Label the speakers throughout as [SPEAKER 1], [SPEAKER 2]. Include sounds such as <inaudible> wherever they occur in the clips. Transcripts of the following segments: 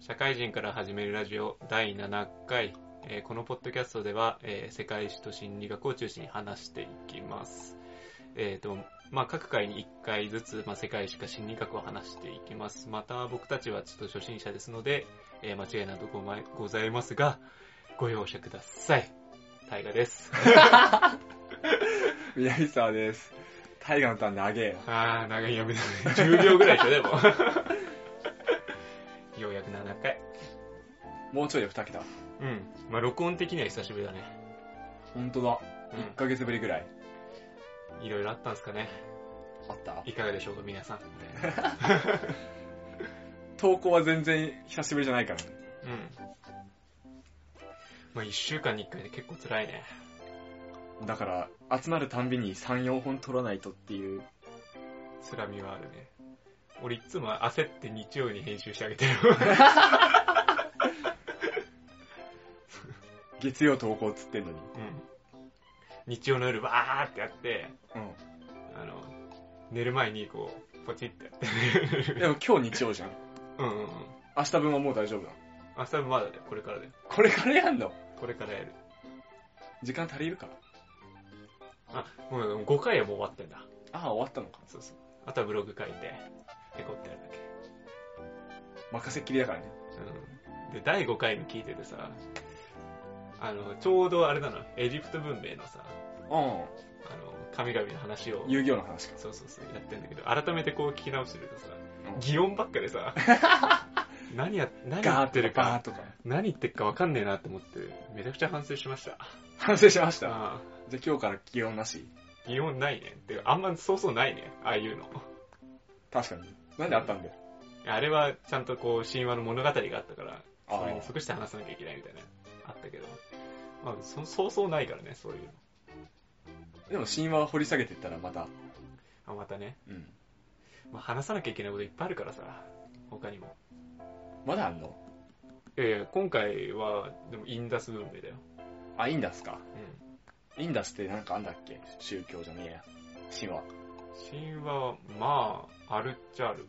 [SPEAKER 1] 社会人から始めるラジオ第7回、えーこのポッドキャストでは、えー世界史と心理学を中心に話していきますえっ、とまあ各回に1回ずつ、まあ、世界史か心理学を話していきますまた僕たちはちょっと初心者ですので、えー間違いなどごまいございますがご容赦ください大河です。
[SPEAKER 2] 南沢です。大河のターン長えよ。
[SPEAKER 1] <laughs> あー、長いやめだね。10秒ぐらいでしょ、で <laughs> も。ようやく7回。
[SPEAKER 2] もうちょいで2桁。
[SPEAKER 1] うん。まあ、録音的には久しぶりだね。
[SPEAKER 2] ほんとだ。1
[SPEAKER 1] う
[SPEAKER 2] ヶ月ぶりぐらい。
[SPEAKER 1] ん。いろいろあったんですかね。
[SPEAKER 2] あった
[SPEAKER 1] いかがでしょうか、皆さん。
[SPEAKER 2] 投稿は全然久しぶりじゃないから。
[SPEAKER 1] うん。まあ、1週間に1回で結構辛いね。
[SPEAKER 2] だから、集まるたんびに3、4本取らないとっていう。
[SPEAKER 1] 辛みはあるね。俺いつも焦って日曜に編集してあげてる。
[SPEAKER 2] 月曜投稿っつってんのに。
[SPEAKER 1] うん。日曜の夜わーってやって、
[SPEAKER 2] う
[SPEAKER 1] あの、寝る前にこう、ポチってやって。
[SPEAKER 2] ん。でも今日日曜じゃん。
[SPEAKER 1] うんうんうん。
[SPEAKER 2] 明日分はもう大丈夫だ。
[SPEAKER 1] 明日もまだだよ、これからだよ。
[SPEAKER 2] これからやんの
[SPEAKER 1] これからやる。
[SPEAKER 2] 時間足りるか
[SPEAKER 1] あ、もう5回はもう終わってんだ。
[SPEAKER 2] ああ、終わったのか。
[SPEAKER 1] そうそう。あとはブログ書いて、ペコってやるだけ。
[SPEAKER 2] 任せっきりだからね。
[SPEAKER 1] うん。で、第5回も聞いててさ、あの、ちょうどあれなの、エジプト文明のさ、
[SPEAKER 2] う
[SPEAKER 1] あの、神々の話を
[SPEAKER 2] ん。、遊戯王の話か。
[SPEAKER 1] そうそうそう、やってんだけど、改めてこう聞き直してるとさ、
[SPEAKER 2] うん
[SPEAKER 1] 擬音ばっかで
[SPEAKER 2] <laughs>
[SPEAKER 1] さ、何や、何言
[SPEAKER 2] ガー
[SPEAKER 1] ってる
[SPEAKER 2] バー
[SPEAKER 1] か、
[SPEAKER 2] とか。
[SPEAKER 1] 何言ってるかわかんねえなって思って、めちゃくちゃ反省しました。
[SPEAKER 2] 反省しました。
[SPEAKER 1] あ
[SPEAKER 2] じゃあ今日から気温なし。
[SPEAKER 1] あ、擬音ないね。ってかあんまそうそうないね、ああいうの。
[SPEAKER 2] 確かに。なんであったんだよ。
[SPEAKER 1] あれはちゃんとこう神話の物語があったから、
[SPEAKER 2] あー
[SPEAKER 1] それに即して話さなきゃいけないみたいな、あったけど、まあ、そそうそうないからね、そういうの。
[SPEAKER 2] でも神話を掘り下げてったらまた、
[SPEAKER 1] あまたね、
[SPEAKER 2] うん。
[SPEAKER 1] まあ、話さなきゃいけないこといっぱいあるからさ、他にも。
[SPEAKER 2] まだあんの
[SPEAKER 1] いやいや、今回は、でもインダス文明だよ。
[SPEAKER 2] あ、インダスか
[SPEAKER 1] う。ん。
[SPEAKER 2] インダスってなんかあんだっけ宗教じゃねえや。神話。
[SPEAKER 1] 神話は、まあ、あるっちゃある。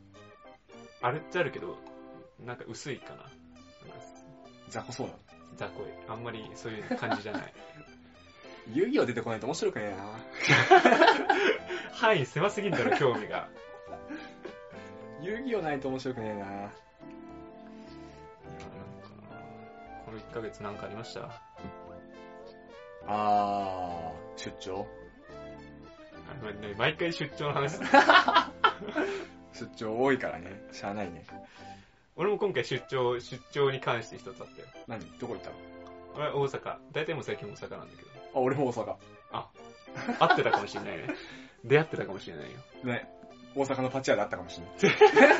[SPEAKER 1] あるっちゃあるけど、なんか薄いかな。なんか
[SPEAKER 2] 雑魚そうなの。
[SPEAKER 1] 雑魚い。あんまりそういう感じじゃ <laughs> ない。
[SPEAKER 2] 遊戯王出てこないと面白くねえな。
[SPEAKER 1] 範囲狭すぎんだろ、興味が。
[SPEAKER 2] 遊戯王ないと面白くねえな。
[SPEAKER 1] いやなんかなこの1ヶ月なんかありました
[SPEAKER 2] あー、出張
[SPEAKER 1] あのね毎回出張の <laughs> 話する
[SPEAKER 2] 出張多いからね。しゃあないね。
[SPEAKER 1] 俺も今回出張、出張に関して一つあったよ。
[SPEAKER 2] 何どこ行ったの
[SPEAKER 1] 俺は大阪。大体もう最近大阪なんだけど。
[SPEAKER 2] あ、俺も大阪。
[SPEAKER 1] 会ってたかもしれないね。出会ってたかもしれないよ。
[SPEAKER 2] ね。大阪のパチ屋であったかもしれない。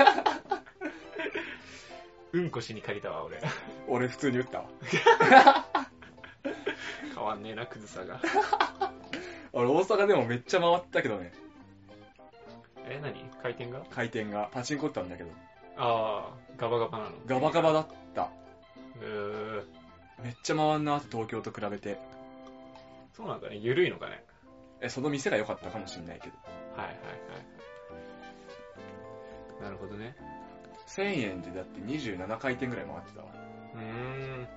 [SPEAKER 1] うんこしに借りたわ、俺。
[SPEAKER 2] 俺普通に打ったわ。
[SPEAKER 1] 変わんねえな、クズさが。
[SPEAKER 2] 俺大阪でもめっちゃ回ったけどね。
[SPEAKER 1] <laughs> え、何回転が
[SPEAKER 2] 回転が。パチンコ打ったんだけど。
[SPEAKER 1] ああ、ガバガバなの。
[SPEAKER 2] ガバガバだった。
[SPEAKER 1] うー
[SPEAKER 2] めっちゃ回んなって東京と比べて。
[SPEAKER 1] そうなんだね。ゆるいのかね。
[SPEAKER 2] え、その店が良かったかもしれないけど。
[SPEAKER 1] はいはいはい。なるほどね。
[SPEAKER 2] 1000円でだって27回転ぐらい回ってたわ。
[SPEAKER 1] うーん。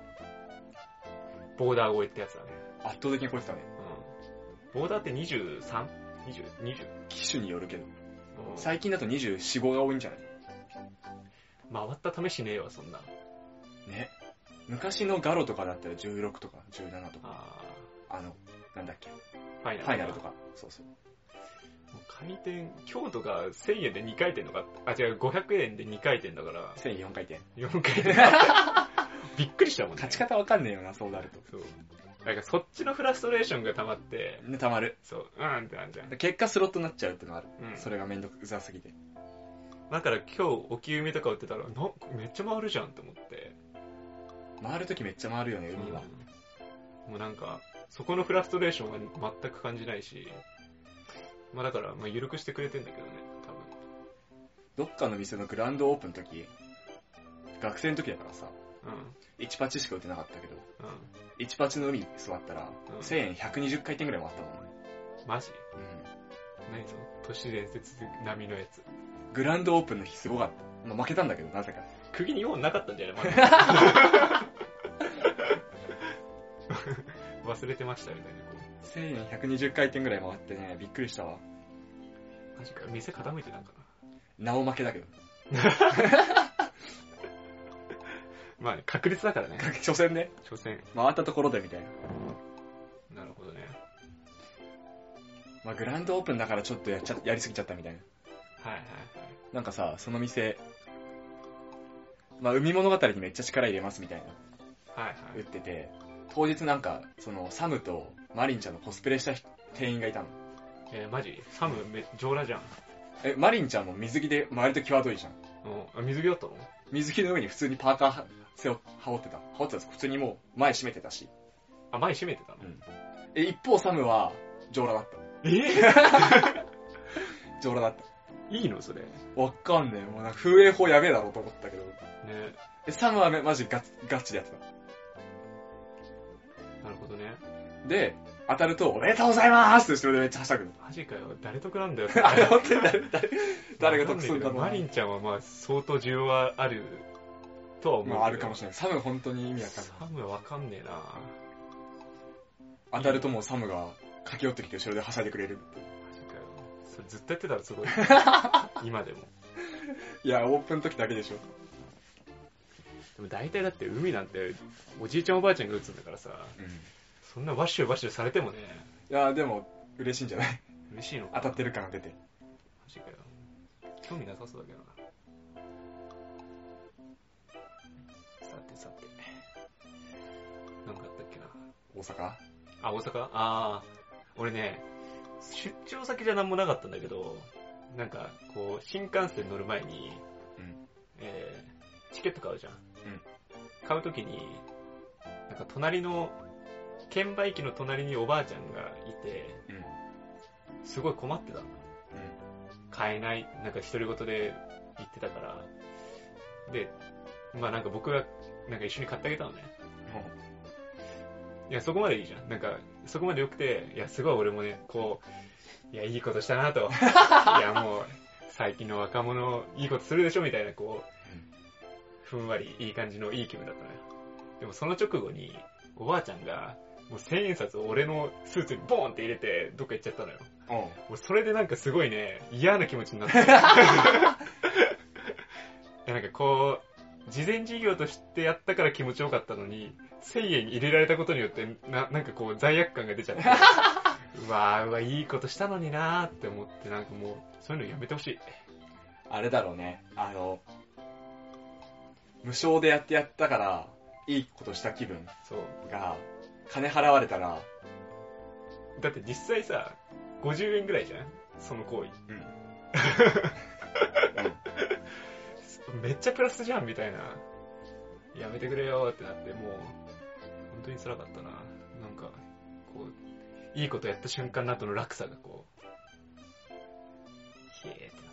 [SPEAKER 1] ボーダー越えってやつだね。
[SPEAKER 2] 圧倒的に超えてたね。
[SPEAKER 1] うん。ボーダーって 23?20?20?
[SPEAKER 2] 機種によるけど。最近だと24、5が多いんじゃない
[SPEAKER 1] 回った試しねえわ、そんな。
[SPEAKER 2] ね。昔のガロとかだったら16とか17とか、
[SPEAKER 1] あ
[SPEAKER 2] あの、なんだっけ、
[SPEAKER 1] ーファイナル
[SPEAKER 2] ファイナルと。か。そうそう。
[SPEAKER 1] もう回転、今日とか1000円で2回転とか、あ、違う、500円で2回転だから、
[SPEAKER 2] 1000 4回転。
[SPEAKER 1] 4回
[SPEAKER 2] <laughs>
[SPEAKER 1] 転だった。びっくりしたもんね。
[SPEAKER 2] 勝ち方わかんねえよな、そうなると。
[SPEAKER 1] そう。なんかそっちのフラストレーションが溜まって、
[SPEAKER 2] ね、たまる。
[SPEAKER 1] そう、うーんってなんじゃん。う
[SPEAKER 2] 結果スロットになっちゃうってのがある。
[SPEAKER 1] ん。
[SPEAKER 2] それがめんどくさすぎて。
[SPEAKER 1] だから今日、お給めとか売ってたら、なんかめっちゃ回るじゃんと思って。
[SPEAKER 2] 回るときめっちゃ回るよね、海は。
[SPEAKER 1] うんもうなんか、そこのフラストレーションは全く感じないし、まあだから、まあ緩くしてくれてんだけどね、多分。
[SPEAKER 2] どっかの店のグランドオープンの時、学生の時だからさ、
[SPEAKER 1] う
[SPEAKER 2] 1パチしか打てなかったけど、
[SPEAKER 1] ん。うん。
[SPEAKER 2] 1パチの海座ったら、
[SPEAKER 1] うん
[SPEAKER 2] 1000円120回転ぐらい回ったもんね。
[SPEAKER 1] マジ
[SPEAKER 2] うん
[SPEAKER 1] 何その都市伝説並みのやつ。
[SPEAKER 2] グランドオープンの日すごかった。まあ負けたんだけど、なぜか。
[SPEAKER 1] 釘に4なかったんじゃないまだ <laughs> 忘れてましたよね。
[SPEAKER 2] 1120回転ぐらい回ってね、びっくりしたわ。
[SPEAKER 1] マジか。店傾いてたんかな。
[SPEAKER 2] なお負けだけ <laughs> ど。
[SPEAKER 1] まあ、確率だからね。
[SPEAKER 2] 所詮ね、
[SPEAKER 1] 所詮。
[SPEAKER 2] 回ったところでみたいな。
[SPEAKER 1] なるほどね。
[SPEAKER 2] まあ、グランドオープンだからちょっとやっちゃ、やりすぎちゃったみたいな。
[SPEAKER 1] はいはい
[SPEAKER 2] なんかさ、その店、まあ、海物語にめっちゃ力入れますみたいな、
[SPEAKER 1] はい。はいは
[SPEAKER 2] 言っ
[SPEAKER 1] い。
[SPEAKER 2] てて、当日なんか、その、サムとマリンちゃんのコスプレした人店員がいたの。
[SPEAKER 1] えーマジサム、め、上裸じゃん。
[SPEAKER 2] え、マリンちゃんも水着で割と際どいじゃん。
[SPEAKER 1] うんあ、水着だったの
[SPEAKER 2] 水着の上に普通にパーカー背を羽織ってた。羽織ってたんです普通にもう前閉めてたし。
[SPEAKER 1] あ、前閉めてたの
[SPEAKER 2] え、一方サムは、上裸だった。
[SPEAKER 1] え
[SPEAKER 2] 上裸だった。
[SPEAKER 1] ー、いいのそれ。ね
[SPEAKER 2] わかんねえ。もうなんか風営法やべえだろうと思ったけど。え、サムはめマジガチガチでやってた。
[SPEAKER 1] なるほどね。
[SPEAKER 2] で、当たると、おめでとうございますって後ろでめっちゃはしゃぐの。
[SPEAKER 1] マジかよ。誰得なん <laughs> だよ。
[SPEAKER 2] あれ本当に誰、誰、誰が得するんだろうな
[SPEAKER 1] マリンちゃんはまあ、相当需要はあるとは思うけど。
[SPEAKER 2] まああるかもしれない。サム本当に意味わかんない。
[SPEAKER 1] サムわかんねえな
[SPEAKER 2] 当たるともうサムが駆け寄ってきて後ろではしゃいでくれるっていう。
[SPEAKER 1] マジかよ。それずっとやってたらすごい。
[SPEAKER 2] <laughs>
[SPEAKER 1] 今でも。
[SPEAKER 2] いや、オープンの時だけでしょ。
[SPEAKER 1] でも大体だって海なんて、おじいちゃんおばあちゃんが打つんだからさ、
[SPEAKER 2] うん。い
[SPEAKER 1] そんなワッシュワッシュされてもね、
[SPEAKER 2] や、でも、嬉しいんじゃない
[SPEAKER 1] 嬉しいのか
[SPEAKER 2] 当
[SPEAKER 1] な
[SPEAKER 2] たってる感が出て。
[SPEAKER 1] マジかよ。興味なさそうだけどな。さてさて。なんかあったっけな。
[SPEAKER 2] 大阪
[SPEAKER 1] あ、大阪ああ。俺ね、出張先じゃなんもなかったんだけど、なんか、こう、新幹線乗る前に、
[SPEAKER 2] うん
[SPEAKER 1] えー、チケット買うじゃん。買うときに、なんか隣の、券売機の隣におばあちゃんがいて、
[SPEAKER 2] うん。うん。
[SPEAKER 1] すごい困ってたの。買えない、なんか独り言で言ってたから。で、まあなんか僕が、なんか一緒に買ってあげたのね。いや、そこまでいいじゃん。なんか、そこまで良くて、いや、すごい俺もね、こう、いや、いいことしたな <laughs> と。いや、もう、最近の若者、いいことするでしょみたいな、こう、ふんわり、いい感じのいい気分だったのよ。でもその直後に、おばあちゃんが、もう千円札を俺のスーツにボーンって入れて、どっか行っちゃったのよ。
[SPEAKER 2] うん。
[SPEAKER 1] 俺それでなんかすごいね、嫌な気持ちになって。いやなんかこう、事前事業としてやったから気持ちよかったのに、1000円入れられたことによって、な、なんかこう罪悪感が出ちゃって。うわぁ、うわ、いいことしたのになぁって思って、なんかもう、そういうのやめてほしい。
[SPEAKER 2] あれだろうね。あの、無償でやってやったから、いいことした気分
[SPEAKER 1] そう。
[SPEAKER 2] が、金払われたら、
[SPEAKER 1] だって実際さ、50円ぐらいじゃんその行為。 <laughs> めっちゃプラスじゃんみたいな。やめてくれよってなって、もう、本当に辛かったな。なんか、こう、いいことやった瞬間の後の落差がこう、へえってな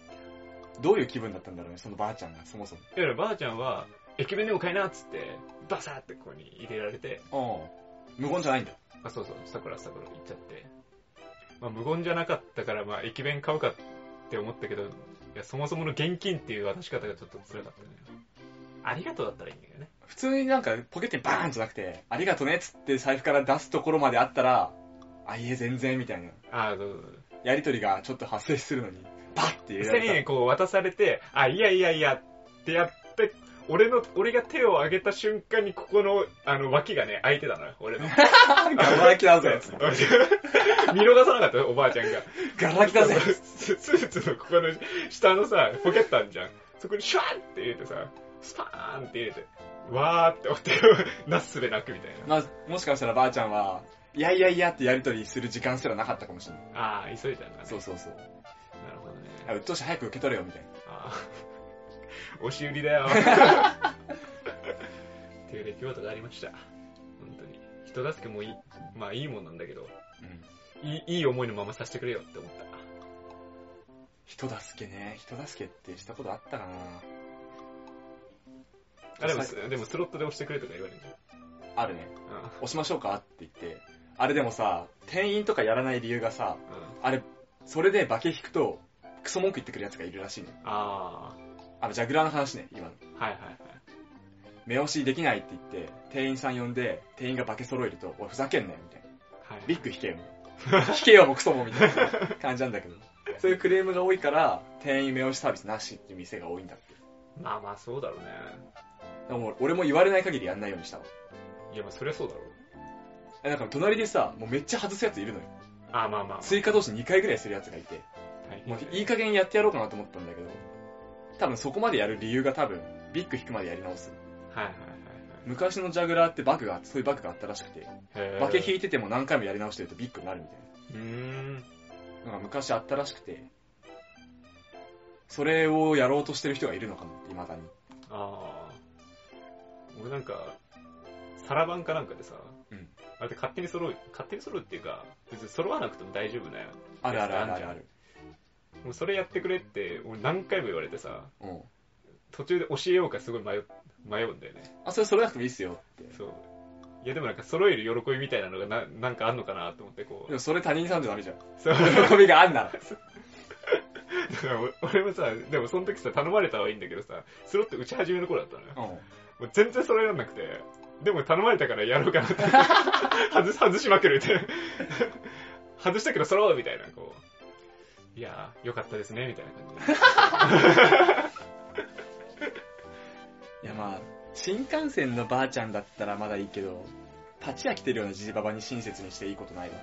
[SPEAKER 1] っ
[SPEAKER 2] どういう気分だったんだろうね、そのばあちゃんが、そもそも。
[SPEAKER 1] て。いや、ばあちゃんは、駅弁でも買いなっつって、バサーってここに入れられて、
[SPEAKER 2] うん。無言じゃないんだ。
[SPEAKER 1] あ、そうそう、桜桜行っちゃって。まあ、無言じゃなかったから、まあ、駅弁買うかって思ったけど、いや、そもそもの現金っていう渡し方がちょっと辛かったね。ありがとうだったらいいんだけどね。
[SPEAKER 2] 普通になんかポケットにバーンじゃなくて、ありがとねっつって財布から出すところまであったら、あ、いいえ、全然みたいな。
[SPEAKER 1] ああ、そうそうそう。
[SPEAKER 2] やりとりがちょっと発生するのに、バッて入れら
[SPEAKER 1] 1000
[SPEAKER 2] れ
[SPEAKER 1] 円こう渡されて、あ、いやいやいやってやって、俺の、俺が手を上げた瞬間にここの、あの、脇がね、開いてたのよ、俺の。
[SPEAKER 2] <laughs> た。ガラキだ <laughs> ぜ。
[SPEAKER 1] <laughs> 見逃さなかったよ、おばあちゃんが。
[SPEAKER 2] ガラキだぜ。
[SPEAKER 1] ススーツのここの下のさ、ポケットあるじゃん。そこにシュワーって入れてさ、スパーンって入れて、わーって思って、なすすべなくみたいな。
[SPEAKER 2] まあ、もしかしたらばあちゃんは、いやいやいやってやりとりする時間すらなかったかもしれない。
[SPEAKER 1] ああ、急いじゃんな。
[SPEAKER 2] そうそうそう。
[SPEAKER 1] なるほどね。
[SPEAKER 2] あうっとうしい早く受け取れよ、みたいな。
[SPEAKER 1] ああ、押し売り
[SPEAKER 2] <laughs>
[SPEAKER 1] だよ。っていう出来事がありました。本当に。人助けもいい、まあいいもんなんだけど、
[SPEAKER 2] うん。
[SPEAKER 1] いいいい思いのままさせてくれよって思った。
[SPEAKER 2] 人助けね。人助けってしたことあったかな
[SPEAKER 1] あでもす、でもスロットで押してくれとか言われるじゃん。
[SPEAKER 2] あるね。
[SPEAKER 1] うん
[SPEAKER 2] 押しましょうかって言って。あれでもさ、店員とかやらない理由がさ、
[SPEAKER 1] うん。
[SPEAKER 2] あれ、それで馬券引くと、クソ文句言ってくる奴がいるらしいの。
[SPEAKER 1] あ
[SPEAKER 2] あの、ジャグラーの話ね、今の。
[SPEAKER 1] あ、はいはいはい。
[SPEAKER 2] 目押しできないって言って、店員さん呼んで、店員が化け揃えると、おい、ふざけんなよ、みたい
[SPEAKER 1] は
[SPEAKER 2] な。
[SPEAKER 1] い。
[SPEAKER 2] ビッグ引けよ、みたいな。引けよ、もうクソも、みたいな感じなんだけど。そういうクレームが多いから、店員目押しサービスなしっていう店が多いんだって。
[SPEAKER 1] まあまあ、そうだろうね。
[SPEAKER 2] でも俺も言われない限りやんないようにしたわ。
[SPEAKER 1] いや、まあ、そりゃそうだろう。
[SPEAKER 2] えなんか隣でさ、もうめっちゃ外すやついるのよ。
[SPEAKER 1] ああ、まあまあ。
[SPEAKER 2] 追加同士2回ぐらいするやつがいて、
[SPEAKER 1] 大変
[SPEAKER 2] も
[SPEAKER 1] だよ
[SPEAKER 2] ういい加減やってやろうかなと思ったんだけど、多分そこまでやる理由が多分、ビッグ引くまでやり直す。
[SPEAKER 1] はいはい
[SPEAKER 2] 昔のジャグラーってバグが、そういうバグがあったらしくて、
[SPEAKER 1] はいはい。
[SPEAKER 2] バケ引
[SPEAKER 1] い
[SPEAKER 2] いてても何回もやり直してるとビッグになるみたいう
[SPEAKER 1] ーん。
[SPEAKER 2] な。なんか昔あったらしくて、それをやろうとしてる人がいるのかもって、未だに。
[SPEAKER 1] ああ。俺なんか、サラバンかなんかでさ、
[SPEAKER 2] うん
[SPEAKER 1] あれで勝手に揃う、勝手に揃うっていうか、別に揃わなくても大丈夫なよ。
[SPEAKER 2] あるあるあるあるある。
[SPEAKER 1] もうそれやってくれって、俺何回も言われてさ、
[SPEAKER 2] うん。
[SPEAKER 1] 途中で教えようかすごい迷う迷うんだよね。
[SPEAKER 2] あ、それそれなくてもいいっすよって。
[SPEAKER 1] そう。いやでもなんか揃える喜びみたいなのがななんかあんのかなと思ってこう。
[SPEAKER 2] でもそれ他人さんじゃダメじゃん。 <laughs>
[SPEAKER 1] そう。
[SPEAKER 2] 喜びがあんなら。
[SPEAKER 1] だから俺 <laughs> 俺もさ、でもその時さ、頼まれたはいいんだけどさ、スロット打ち始めの頃だったのよ。
[SPEAKER 2] うん。
[SPEAKER 1] もう全然揃えらんなくて、でも頼まれたからやろうかなって。 <laughs> 外す、外しまくるって。 <laughs> 外したけど揃うみたいな、こう。いやー、よかったですね、みたいな感じ
[SPEAKER 2] いやまあ、新幹線のばあちゃんだったらまだいいけど、立ち飽きてるようなじじばばに親切にしていいことないわ。
[SPEAKER 1] で。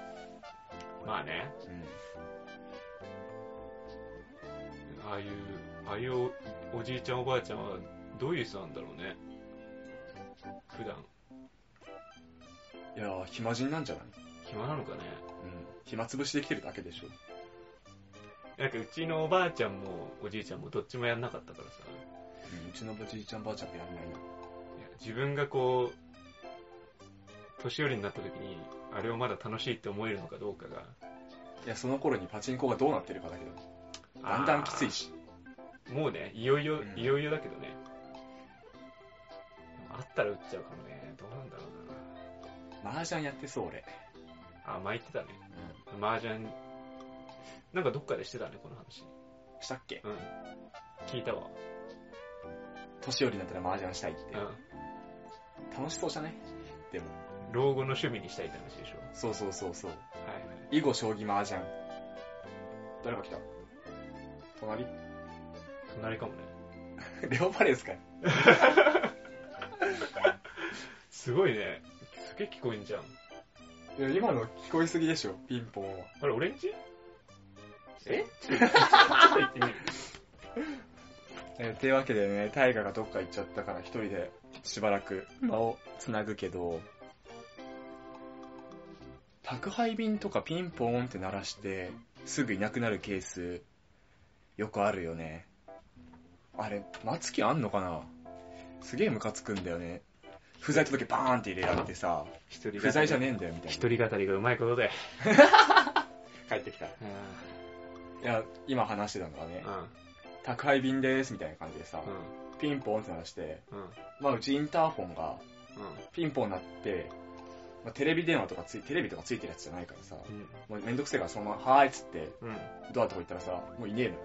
[SPEAKER 1] まあね、ああいう、ああいうおおじいちゃんおばあちゃんはどういう人なんだろうね。普段、
[SPEAKER 2] いやー、暇人なんじゃない
[SPEAKER 1] 暇なのかね。
[SPEAKER 2] うん。暇つぶしできてるだけでしょ。
[SPEAKER 1] なんかうちのおばあちゃんもおじいちゃんもどっちもやんなかったからさ。
[SPEAKER 2] うん、うちのおじいちゃんばあちゃんもやんないな。
[SPEAKER 1] いや自分がこう、年寄りになった時に、あれをまだ楽しいって思えるのかどうかが、
[SPEAKER 2] いや、その頃にパチンコがどうなってるかだけど、だんだんきついし。
[SPEAKER 1] もうね、いよいよ
[SPEAKER 2] う、ん
[SPEAKER 1] いよいよだけどね。あったら打っちゃうかもね。どうなんだろう
[SPEAKER 2] 麻雀やってそう、俺。
[SPEAKER 1] な。あ、前言ってたね。
[SPEAKER 2] う
[SPEAKER 1] 麻雀、なんかどっかでしてたね、この話。
[SPEAKER 2] ん。したっけ
[SPEAKER 1] うん。聞いたわ。
[SPEAKER 2] 年寄りになったら麻雀したいって。
[SPEAKER 1] う
[SPEAKER 2] 楽しそうじゃないでも、
[SPEAKER 1] ん。老後の趣味にしたいって話でしょ。
[SPEAKER 2] そうそうそうそう。
[SPEAKER 1] はいはい。
[SPEAKER 2] 囲碁、将棋、麻雀。誰か来た隣 <laughs>
[SPEAKER 1] 隣かもね。
[SPEAKER 2] レオパレスかい
[SPEAKER 1] すごいね。すげえ聞こえんじゃん。
[SPEAKER 2] いや、今の聞こえすぎでしょ、ピンポンは。
[SPEAKER 1] あれ、オレンジ
[SPEAKER 2] え
[SPEAKER 1] ちょっと行ってみる。
[SPEAKER 2] えー、てわけでね、タイガがどっか行っちゃったから一人でしばらく間を繋ぐけど、宅配便とかピンポーンって鳴らして、すぐいなくなるケース、よくあるよね。あれ、松木あんのかなすげえムカつくんだよね。不在届バーンって入れられてさ、
[SPEAKER 1] 一人語り
[SPEAKER 2] 不在じゃねえんだよみたい
[SPEAKER 1] 一人語りがうまいことで。
[SPEAKER 2] な。帰ってきた。い
[SPEAKER 1] うん。
[SPEAKER 2] や、今話してたのはね
[SPEAKER 1] う、ん。
[SPEAKER 2] 宅配便でーすみたいな感じでさ
[SPEAKER 1] う、ん。
[SPEAKER 2] ピンポーンって鳴らして、
[SPEAKER 1] うん。うん。
[SPEAKER 2] まあうちインターホンがピンポン鳴って、まあ、テレビ電話とかつい、テレビとかついてるやつじゃないからさ、
[SPEAKER 1] うん。
[SPEAKER 2] もうめんどくせえからそのまま、はーいっつって、
[SPEAKER 1] うん。
[SPEAKER 2] ドアとか行ったらさ、もういねえのよ。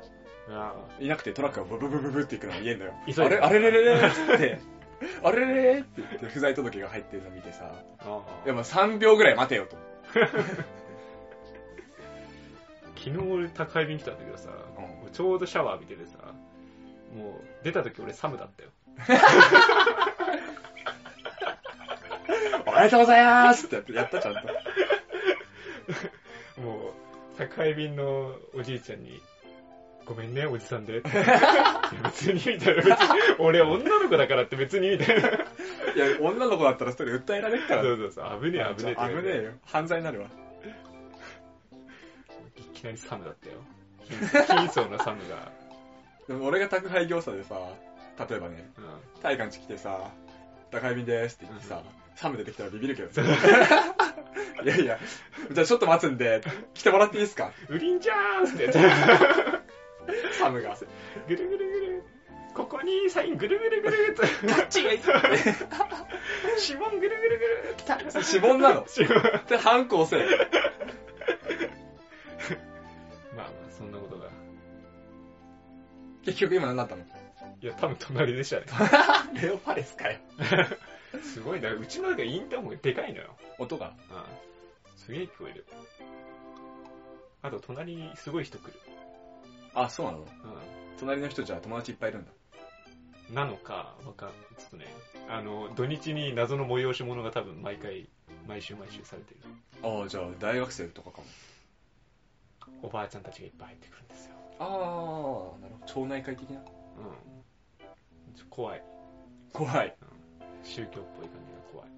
[SPEAKER 1] ああ。
[SPEAKER 2] いなくてトラックがブブブブブって行くのが言えんのよ。
[SPEAKER 1] 急いで
[SPEAKER 2] あれあれれれれっつって、あれれれって言って不在届が入ってるの見てさ、
[SPEAKER 1] ああ
[SPEAKER 2] いやまあ3秒ぐらい待てよと。
[SPEAKER 1] 昨日俺宅配便来たんだけどさ、
[SPEAKER 2] う
[SPEAKER 1] ちょうどシャワー浴びててさ、もう出た時俺サムだったよ。
[SPEAKER 2] おめでとうございますってやってやったちゃんと。
[SPEAKER 1] もう、宅配便のおじいちゃんに、ごめんね、おじさんで。っていや別に、みたいな。別に、俺女の子だからって別に、みたいな。
[SPEAKER 2] いや、女の子だったらそれ訴えられる
[SPEAKER 1] そ
[SPEAKER 2] から。
[SPEAKER 1] うそうそう、危ねえ、危
[SPEAKER 2] 危
[SPEAKER 1] ねえ
[SPEAKER 2] ね
[SPEAKER 1] って言われて。
[SPEAKER 2] えよ。犯罪になるわ。
[SPEAKER 1] いきなりサムだったよ。貧相なサムが。
[SPEAKER 2] でも俺が宅配業者でさ、例えばね、
[SPEAKER 1] うん。
[SPEAKER 2] タイガんち来てさ、宅配便でーすって言ってさ、サム出てきたらビビるけ <laughs> どさ。いやいや、じゃあちょっと待つんで、来てもらっていいですか
[SPEAKER 1] ウリンジャーンってやって、
[SPEAKER 2] サムが。
[SPEAKER 1] ぐるぐるぐる。ここにサインぐるぐるぐるって。
[SPEAKER 2] 違う
[SPEAKER 1] <laughs>
[SPEAKER 2] <laughs>
[SPEAKER 1] 指紋ぐるぐるぐるって。
[SPEAKER 2] 指紋なの
[SPEAKER 1] 指紋。
[SPEAKER 2] で、反抗せえ。
[SPEAKER 1] まあまあ、そんなことが。
[SPEAKER 2] 結局今何だったの
[SPEAKER 1] いや、多分隣でしたね。
[SPEAKER 2] レオパレスかよ。
[SPEAKER 1] すごいな。うちのなんかインターホンがでかいのよ。
[SPEAKER 2] 音が。
[SPEAKER 1] うん。すげえ聞こえる。あと、隣にすごい人来る。
[SPEAKER 2] あ、そうなの
[SPEAKER 1] う
[SPEAKER 2] 隣の人じゃあ友達いっぱいいるんだ。
[SPEAKER 1] ん。なのか、わかんちょっとね、あの、土日に謎の催し物が多分毎回、毎週毎週されてる。
[SPEAKER 2] ああ、じゃあ大学生とかかも。
[SPEAKER 1] おばあちゃんたちがいっぱい入ってくるんですよ。
[SPEAKER 2] ああ、なるほど。町内会的
[SPEAKER 1] う
[SPEAKER 2] な。
[SPEAKER 1] ん。ちょ怖い。
[SPEAKER 2] 怖い。
[SPEAKER 1] 宗教っぽい感じが怖い。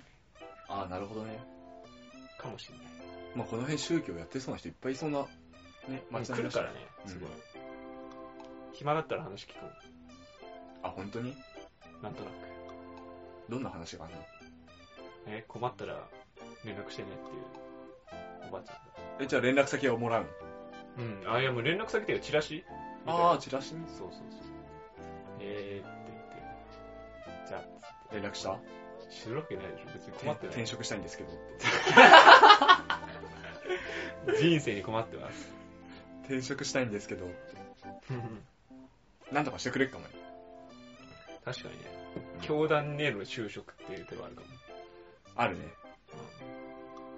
[SPEAKER 2] ああ、なるほどね。
[SPEAKER 1] かもしれない。
[SPEAKER 2] まあこの辺宗教やってそうな人いっぱいいそうな。ね、
[SPEAKER 1] まあ、
[SPEAKER 2] 町
[SPEAKER 1] 来
[SPEAKER 2] 並み
[SPEAKER 1] る
[SPEAKER 2] だし
[SPEAKER 1] からね、すごい。暇だったら話聞く
[SPEAKER 2] あ、本当に
[SPEAKER 1] なんとなく。
[SPEAKER 2] どんな話があるの
[SPEAKER 1] え、困ったら連絡してねっていう、おばあちゃんが。
[SPEAKER 2] え、じゃあ連絡先をもらうの
[SPEAKER 1] うん、あ、いやもう連絡先だよ、チラシ
[SPEAKER 2] ああ、
[SPEAKER 1] み
[SPEAKER 2] チラシに
[SPEAKER 1] たいなそうそうそう。えーって言って、じゃあ、つ
[SPEAKER 2] 連絡した
[SPEAKER 1] ってするわけないでしょ、別に困ってな
[SPEAKER 2] 転
[SPEAKER 1] い。
[SPEAKER 2] 職したいんですけど。
[SPEAKER 1] 人生に困ってます。
[SPEAKER 2] 転職したいんですけど、なんとかしてくれっかもね。
[SPEAKER 1] <laughs> 確かにね、教団への就職っていう手はあるかも。
[SPEAKER 2] あるね。
[SPEAKER 1] うん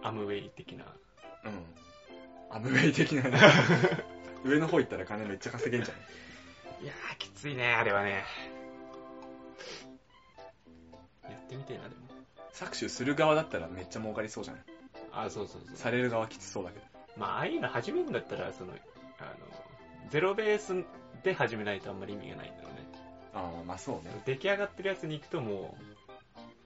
[SPEAKER 1] アムウェイ的な。
[SPEAKER 2] うん。アムウェイ的 <laughs> なね。上の方行ったら金めっちゃ稼げんじゃん。
[SPEAKER 1] いやー、きついね、あれはね。やってみてえな、でも。
[SPEAKER 2] 搾取する側だったらめっちゃ儲かりそうじゃない
[SPEAKER 1] あ、そうそうそう。
[SPEAKER 2] される側きつそうだけど。
[SPEAKER 1] まあ、ああいうの始めるんだったら、その、あの、ゼロベースで始めないとあんまり意味がないんだろうね。
[SPEAKER 2] ああ、まあそうね。
[SPEAKER 1] 出来上がってるやつに行くともう、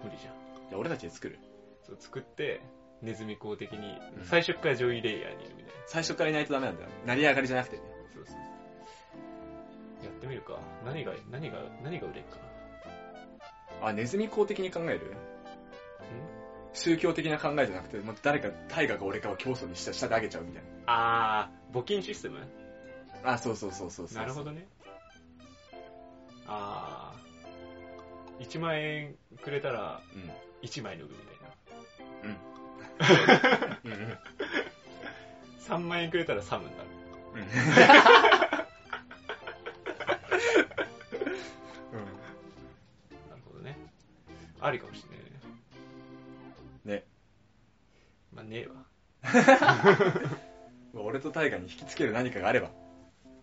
[SPEAKER 1] 無理じゃん。
[SPEAKER 2] じゃあ俺たちで作る。
[SPEAKER 1] そう作って、ネズミ講的に
[SPEAKER 2] う、ん
[SPEAKER 1] 最初から上位レイヤーにいるみたいな。
[SPEAKER 2] 最初からいないとダメなんだよ。成り上がりじゃなくてね。
[SPEAKER 1] そうそうそう。やってみるか。何が、何が、何が売れるか
[SPEAKER 2] あ、ネズミ公的に考える
[SPEAKER 1] な。
[SPEAKER 2] 宗教的な考えじゃなくて、もう誰か、タイガか俺かを競争にした下であげちゃうみたい
[SPEAKER 1] んあー、募金システム
[SPEAKER 2] な。あ、そうそうそうそうそう
[SPEAKER 1] なるほどね。あー、1万円くれたら
[SPEAKER 2] うん。
[SPEAKER 1] 1枚の具みたいな。
[SPEAKER 2] うんうん。
[SPEAKER 1] 3万円くれたらサムになる。
[SPEAKER 2] うん
[SPEAKER 1] なるほどね。ありかもしれないね。
[SPEAKER 2] ね。
[SPEAKER 1] まあ、ねえわ。
[SPEAKER 2] うん俺とタイガに引きつける何かがあれば。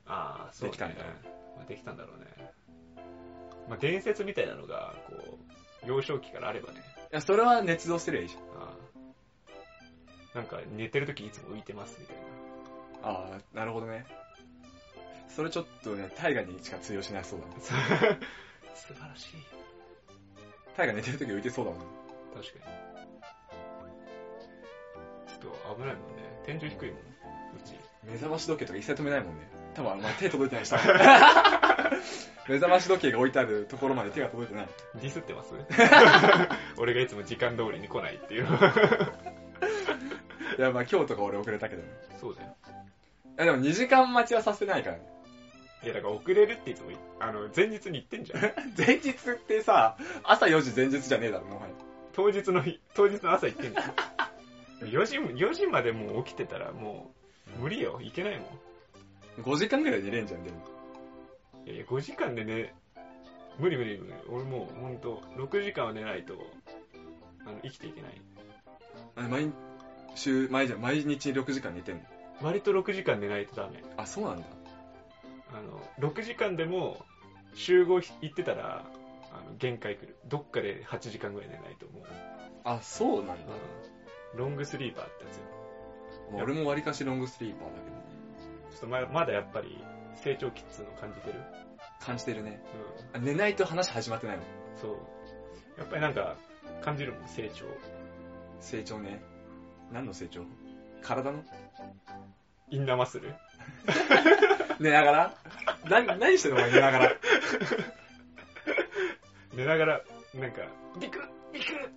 [SPEAKER 1] ああ、そう、ね。
[SPEAKER 2] できたんだろう
[SPEAKER 1] まあ、できたんだろうね。まあ、伝説みたいなのが、こう、幼少期からあればね。
[SPEAKER 2] いや、それは捏造すればいいじゃん。
[SPEAKER 1] ああなんか、寝てる時いつも浮いてます <laughs> みたいな。
[SPEAKER 2] ああ、なるほどね。それちょっとね、タイガにしか通用しなそうだね。
[SPEAKER 1] 素晴らしい。
[SPEAKER 2] タイガ寝てる時浮いてそうだもん。
[SPEAKER 1] 確かに。ちょっと危ないもんね。天井低いもん。うち。
[SPEAKER 2] 目覚まし時計とか一切止めないもんね。多分、まあ、手届いて <laughs> ない人。目覚まし時計が置いてあるところまで手が届いてない。
[SPEAKER 1] ディスって <laughs> ます俺がいつも時間通りに来ないっていう。
[SPEAKER 2] いや、まあ今日とか俺遅れたけどね。
[SPEAKER 1] そうだよ。
[SPEAKER 2] いや、でも2時間待ちはさせないからね。
[SPEAKER 1] いや、だから遅れるっていつも言っ、あの、前日に言ってんじゃん。
[SPEAKER 2] 前日ってさ、朝4時前日じゃねえだろ、もはや。
[SPEAKER 1] 当日の日、当日の朝行ってんじゃん。4時、4時までもう起きてたらもう、無理よ。行けないも
[SPEAKER 2] 5時間ぐらい寝れんじゃん、でも。
[SPEAKER 1] ん。いやいや、5時間でね、無理無理無理。俺もう、ほんと、6時間は寝ないと、あの、生きていけない。
[SPEAKER 2] あ毎週、毎日、毎日6時間寝てんの。
[SPEAKER 1] 割と6時間寝ないとダメ。
[SPEAKER 2] あ、そうなんだ。
[SPEAKER 1] あの、6時間でも、集合行ってたら、あの、限界来る。どっかで8時間ぐらい寝ないと思う。
[SPEAKER 2] あ、そうなんだ。
[SPEAKER 1] うんロングスリーパーってやつよ。
[SPEAKER 2] まあ俺も割かしロングスリーパーだけどね。
[SPEAKER 1] ちょっとままだやっぱり成長期っつうの感じてる。
[SPEAKER 2] 感じてるね。
[SPEAKER 1] う
[SPEAKER 2] あ寝ないと話始まってないもん。
[SPEAKER 1] ん。そう。やっぱりなんか感じるもん、成長。
[SPEAKER 2] 成長ね。何の成長体の
[SPEAKER 1] インナーマッスル。
[SPEAKER 2] 寝ながらな、何してるのお前寝ながら。
[SPEAKER 1] 寝ながら、なんか、ビクッビクッ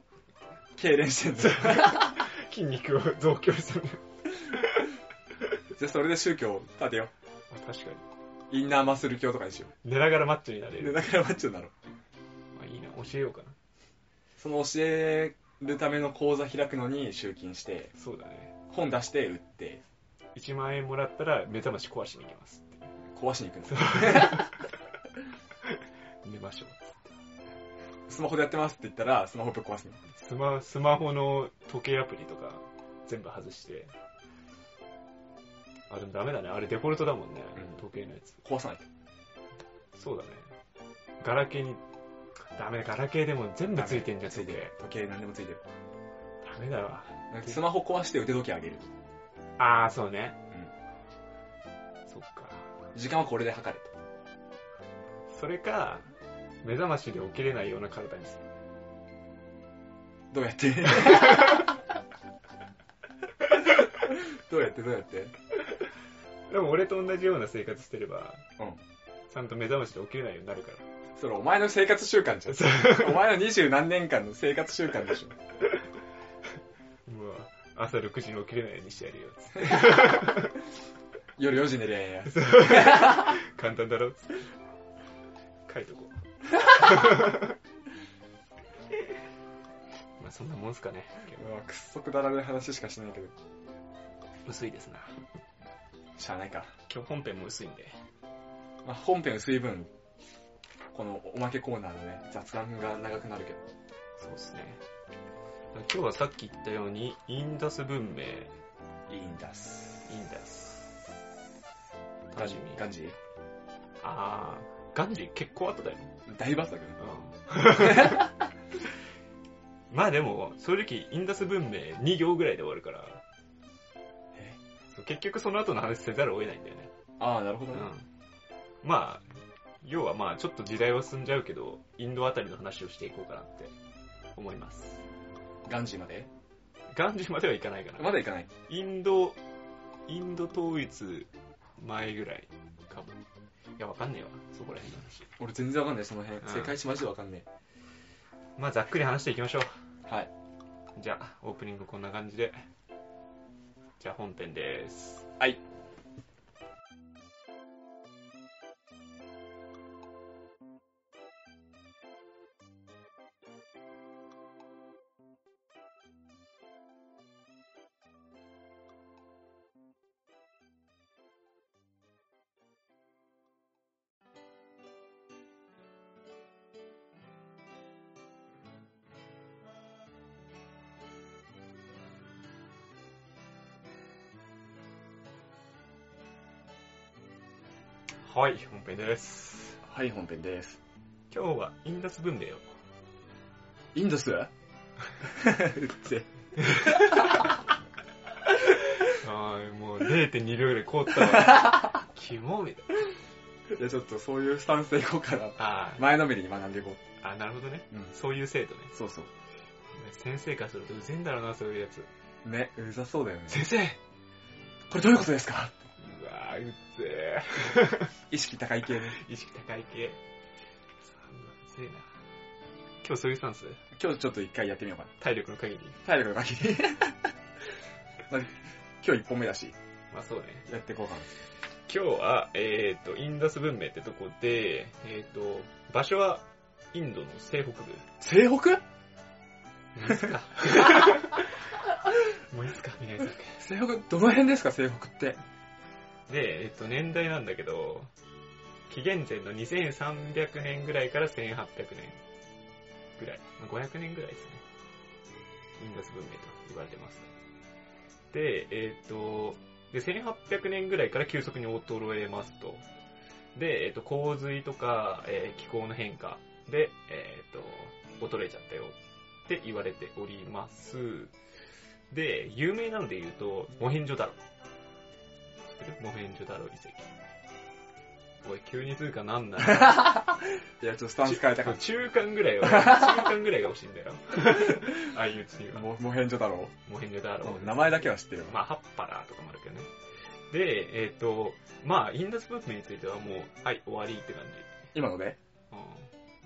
[SPEAKER 2] 痙攣してんの。じ
[SPEAKER 1] 筋肉を増強する。
[SPEAKER 2] ゃあそれで宗教立てよ
[SPEAKER 1] <laughs> まあ確かに。
[SPEAKER 2] う。インナーマッスル教とかにしよ
[SPEAKER 1] 寝ながらマッチョになれ
[SPEAKER 2] う。寝
[SPEAKER 1] る。
[SPEAKER 2] ながらマッチョになろう。
[SPEAKER 1] まあいいな、教えようかな。
[SPEAKER 2] その教えるための講座開くのに集金して、
[SPEAKER 1] そうだね。
[SPEAKER 2] 本出して売って、
[SPEAKER 1] 1万円もら <laughs> ったら目覚まし壊しに行きますって。
[SPEAKER 2] 壊しに行くんです
[SPEAKER 1] 寝ましょう。
[SPEAKER 2] スマホでやってますって言ったら、スマホぶっ壊すの。
[SPEAKER 1] スマ、スマホの時計アプリとか全部外して。あ、でもダメだね。あれデフォルトだもんね。
[SPEAKER 2] う
[SPEAKER 1] 時計のやつ。
[SPEAKER 2] 壊さないと。
[SPEAKER 1] そうだね。ガラケーに、ダメ、ガラケーでも全部ついてんじゃん、
[SPEAKER 2] つ
[SPEAKER 1] 時
[SPEAKER 2] いて
[SPEAKER 1] 計
[SPEAKER 2] る。。時計何でもついてる。
[SPEAKER 1] ダメだわ。
[SPEAKER 2] なんかスマホ壊して腕時計あげる。
[SPEAKER 1] あー、そうね。そっか。
[SPEAKER 2] 時間はこれで測れ
[SPEAKER 1] それか、目覚ましで起きれないような体にする。
[SPEAKER 2] と。どうやって <laughs> どうやってどうやって
[SPEAKER 1] でも俺と同じような生活してれば、
[SPEAKER 2] うん
[SPEAKER 1] ちゃんと目覚ましで起きれないようになるから。
[SPEAKER 2] それお前の生活習慣じゃ。
[SPEAKER 1] そうん
[SPEAKER 2] お前の二十何年間の生活習慣でしょ。
[SPEAKER 1] うわ朝6時に起きれないようにしてやるよ。つって
[SPEAKER 2] 夜4時寝りゃええや。
[SPEAKER 1] 簡単だろつって書いとこ <laughs> う。まあそんなもんすかね。今
[SPEAKER 2] うわ、くっそくだらない話しかしないけど。
[SPEAKER 1] 日薄いですな。
[SPEAKER 2] しゃあないか。
[SPEAKER 1] 今日本編も薄いんで。
[SPEAKER 2] まあ、本編薄い分、このおまけコーナーのね、雑談が長くなるけど。
[SPEAKER 1] そうですね。今日はさっき言ったように、インダス文明、イ
[SPEAKER 2] いいんだっす。
[SPEAKER 1] ンダス。
[SPEAKER 2] ガ
[SPEAKER 1] 楽
[SPEAKER 2] ンジ
[SPEAKER 1] しみ
[SPEAKER 2] ガンジ
[SPEAKER 1] あー、ガンジー結構後だよ。
[SPEAKER 2] 大バスだけ
[SPEAKER 1] うん。 <laughs> まあでも、正直、インダス文明2行ぐらいで終わるから
[SPEAKER 2] え、
[SPEAKER 1] そう結局その後の話せざるを得ないんだよね。
[SPEAKER 2] ああ、なるほ
[SPEAKER 1] う
[SPEAKER 2] どね。
[SPEAKER 1] ん。まあ、要はまあ、ちょっと時代は進んじゃうけど、インドあたりの話をしていこうかなって思います。
[SPEAKER 2] ガンジまで
[SPEAKER 1] ガンジーまではいかないかな。
[SPEAKER 2] まだ行かない。
[SPEAKER 1] インド、インド統一前ぐらいかも。いや、わかんねえわ。そこら辺の話。
[SPEAKER 2] 俺全然わかんない、その辺。
[SPEAKER 1] うん
[SPEAKER 2] 世界史マジでわかんね
[SPEAKER 1] まあ、ざっくり話していきましょう。
[SPEAKER 2] え。はい。
[SPEAKER 1] じゃあ、オープニングこんな感じで。じゃあ、本編です。
[SPEAKER 2] はい。
[SPEAKER 1] はい、本編です。
[SPEAKER 2] はい、本編です。
[SPEAKER 1] 今日はインダス文明を。
[SPEAKER 2] インド <laughs> スうっせえ
[SPEAKER 1] あー、もう0.2秒ぐらい凍ったわ。 <laughs> キモみたいな。
[SPEAKER 2] いや、ちょっとそういうスタンスでいこうかな。
[SPEAKER 1] あ
[SPEAKER 2] 前のめりに学んでいこ
[SPEAKER 1] ーあ、なるほどね。
[SPEAKER 2] う。うん。
[SPEAKER 1] そういう生徒ね。
[SPEAKER 2] そうそ
[SPEAKER 1] 先生からするとうぜえんだろうな、そういうやつ。
[SPEAKER 2] う。ね、うざそうだよね。
[SPEAKER 1] 先生
[SPEAKER 2] これどういうことですか
[SPEAKER 1] うわー、うっぜえ。
[SPEAKER 2] 意識高い系ね。
[SPEAKER 1] 意識高い系。うぜえな。今日そういうスタンス
[SPEAKER 2] 今日ちょっと一回やってみようかな。
[SPEAKER 1] 体力の限り。
[SPEAKER 2] 体力の限り。 <laughs> まあ今日一本目だし、
[SPEAKER 1] まあそうね。
[SPEAKER 2] やっていこうかな。
[SPEAKER 1] 今日は、えっ、と、インダス文明ってとこで、えっ、と、場所はインドの西北部。
[SPEAKER 2] 西北
[SPEAKER 1] もういいっす <laughs> かもういいっすか宮井さ
[SPEAKER 2] 西北、どの辺ですか西北って。
[SPEAKER 1] ん。で、えっ、と、年代なんだけど、紀元前の2300年ぐらいから1800年ぐらい。まあ500年ぐらいですね。インダス文明と言われてます。で、えっ、と、で、1800年ぐらいから急速に衰えますと。で、えっ、と、洪水とか、えー気候の変化で、えっ、と、衰えちゃったよって言われております。で、有名なので言うと、モヘンジョダロ。知ってるモヘンジョダロ遺跡。おい、急に通過なん
[SPEAKER 2] <laughs>
[SPEAKER 1] ない
[SPEAKER 2] いや、ちょっとスタンス変えたか
[SPEAKER 1] 中間ぐらいは、中間ぐらいが欲しいんだ
[SPEAKER 2] <laughs>
[SPEAKER 1] よ。ああいうチーム
[SPEAKER 2] ら。
[SPEAKER 1] は。
[SPEAKER 2] もう、もう変所だろ
[SPEAKER 1] モヘンジョダロ。
[SPEAKER 2] う。名前だけは知ってるわ。
[SPEAKER 1] まあ、ハッパラーとかもあるけどね。で、えっ、と、まあ、インダス文明についてはもう、はい、終わりって感じ。
[SPEAKER 2] 今ので
[SPEAKER 1] うん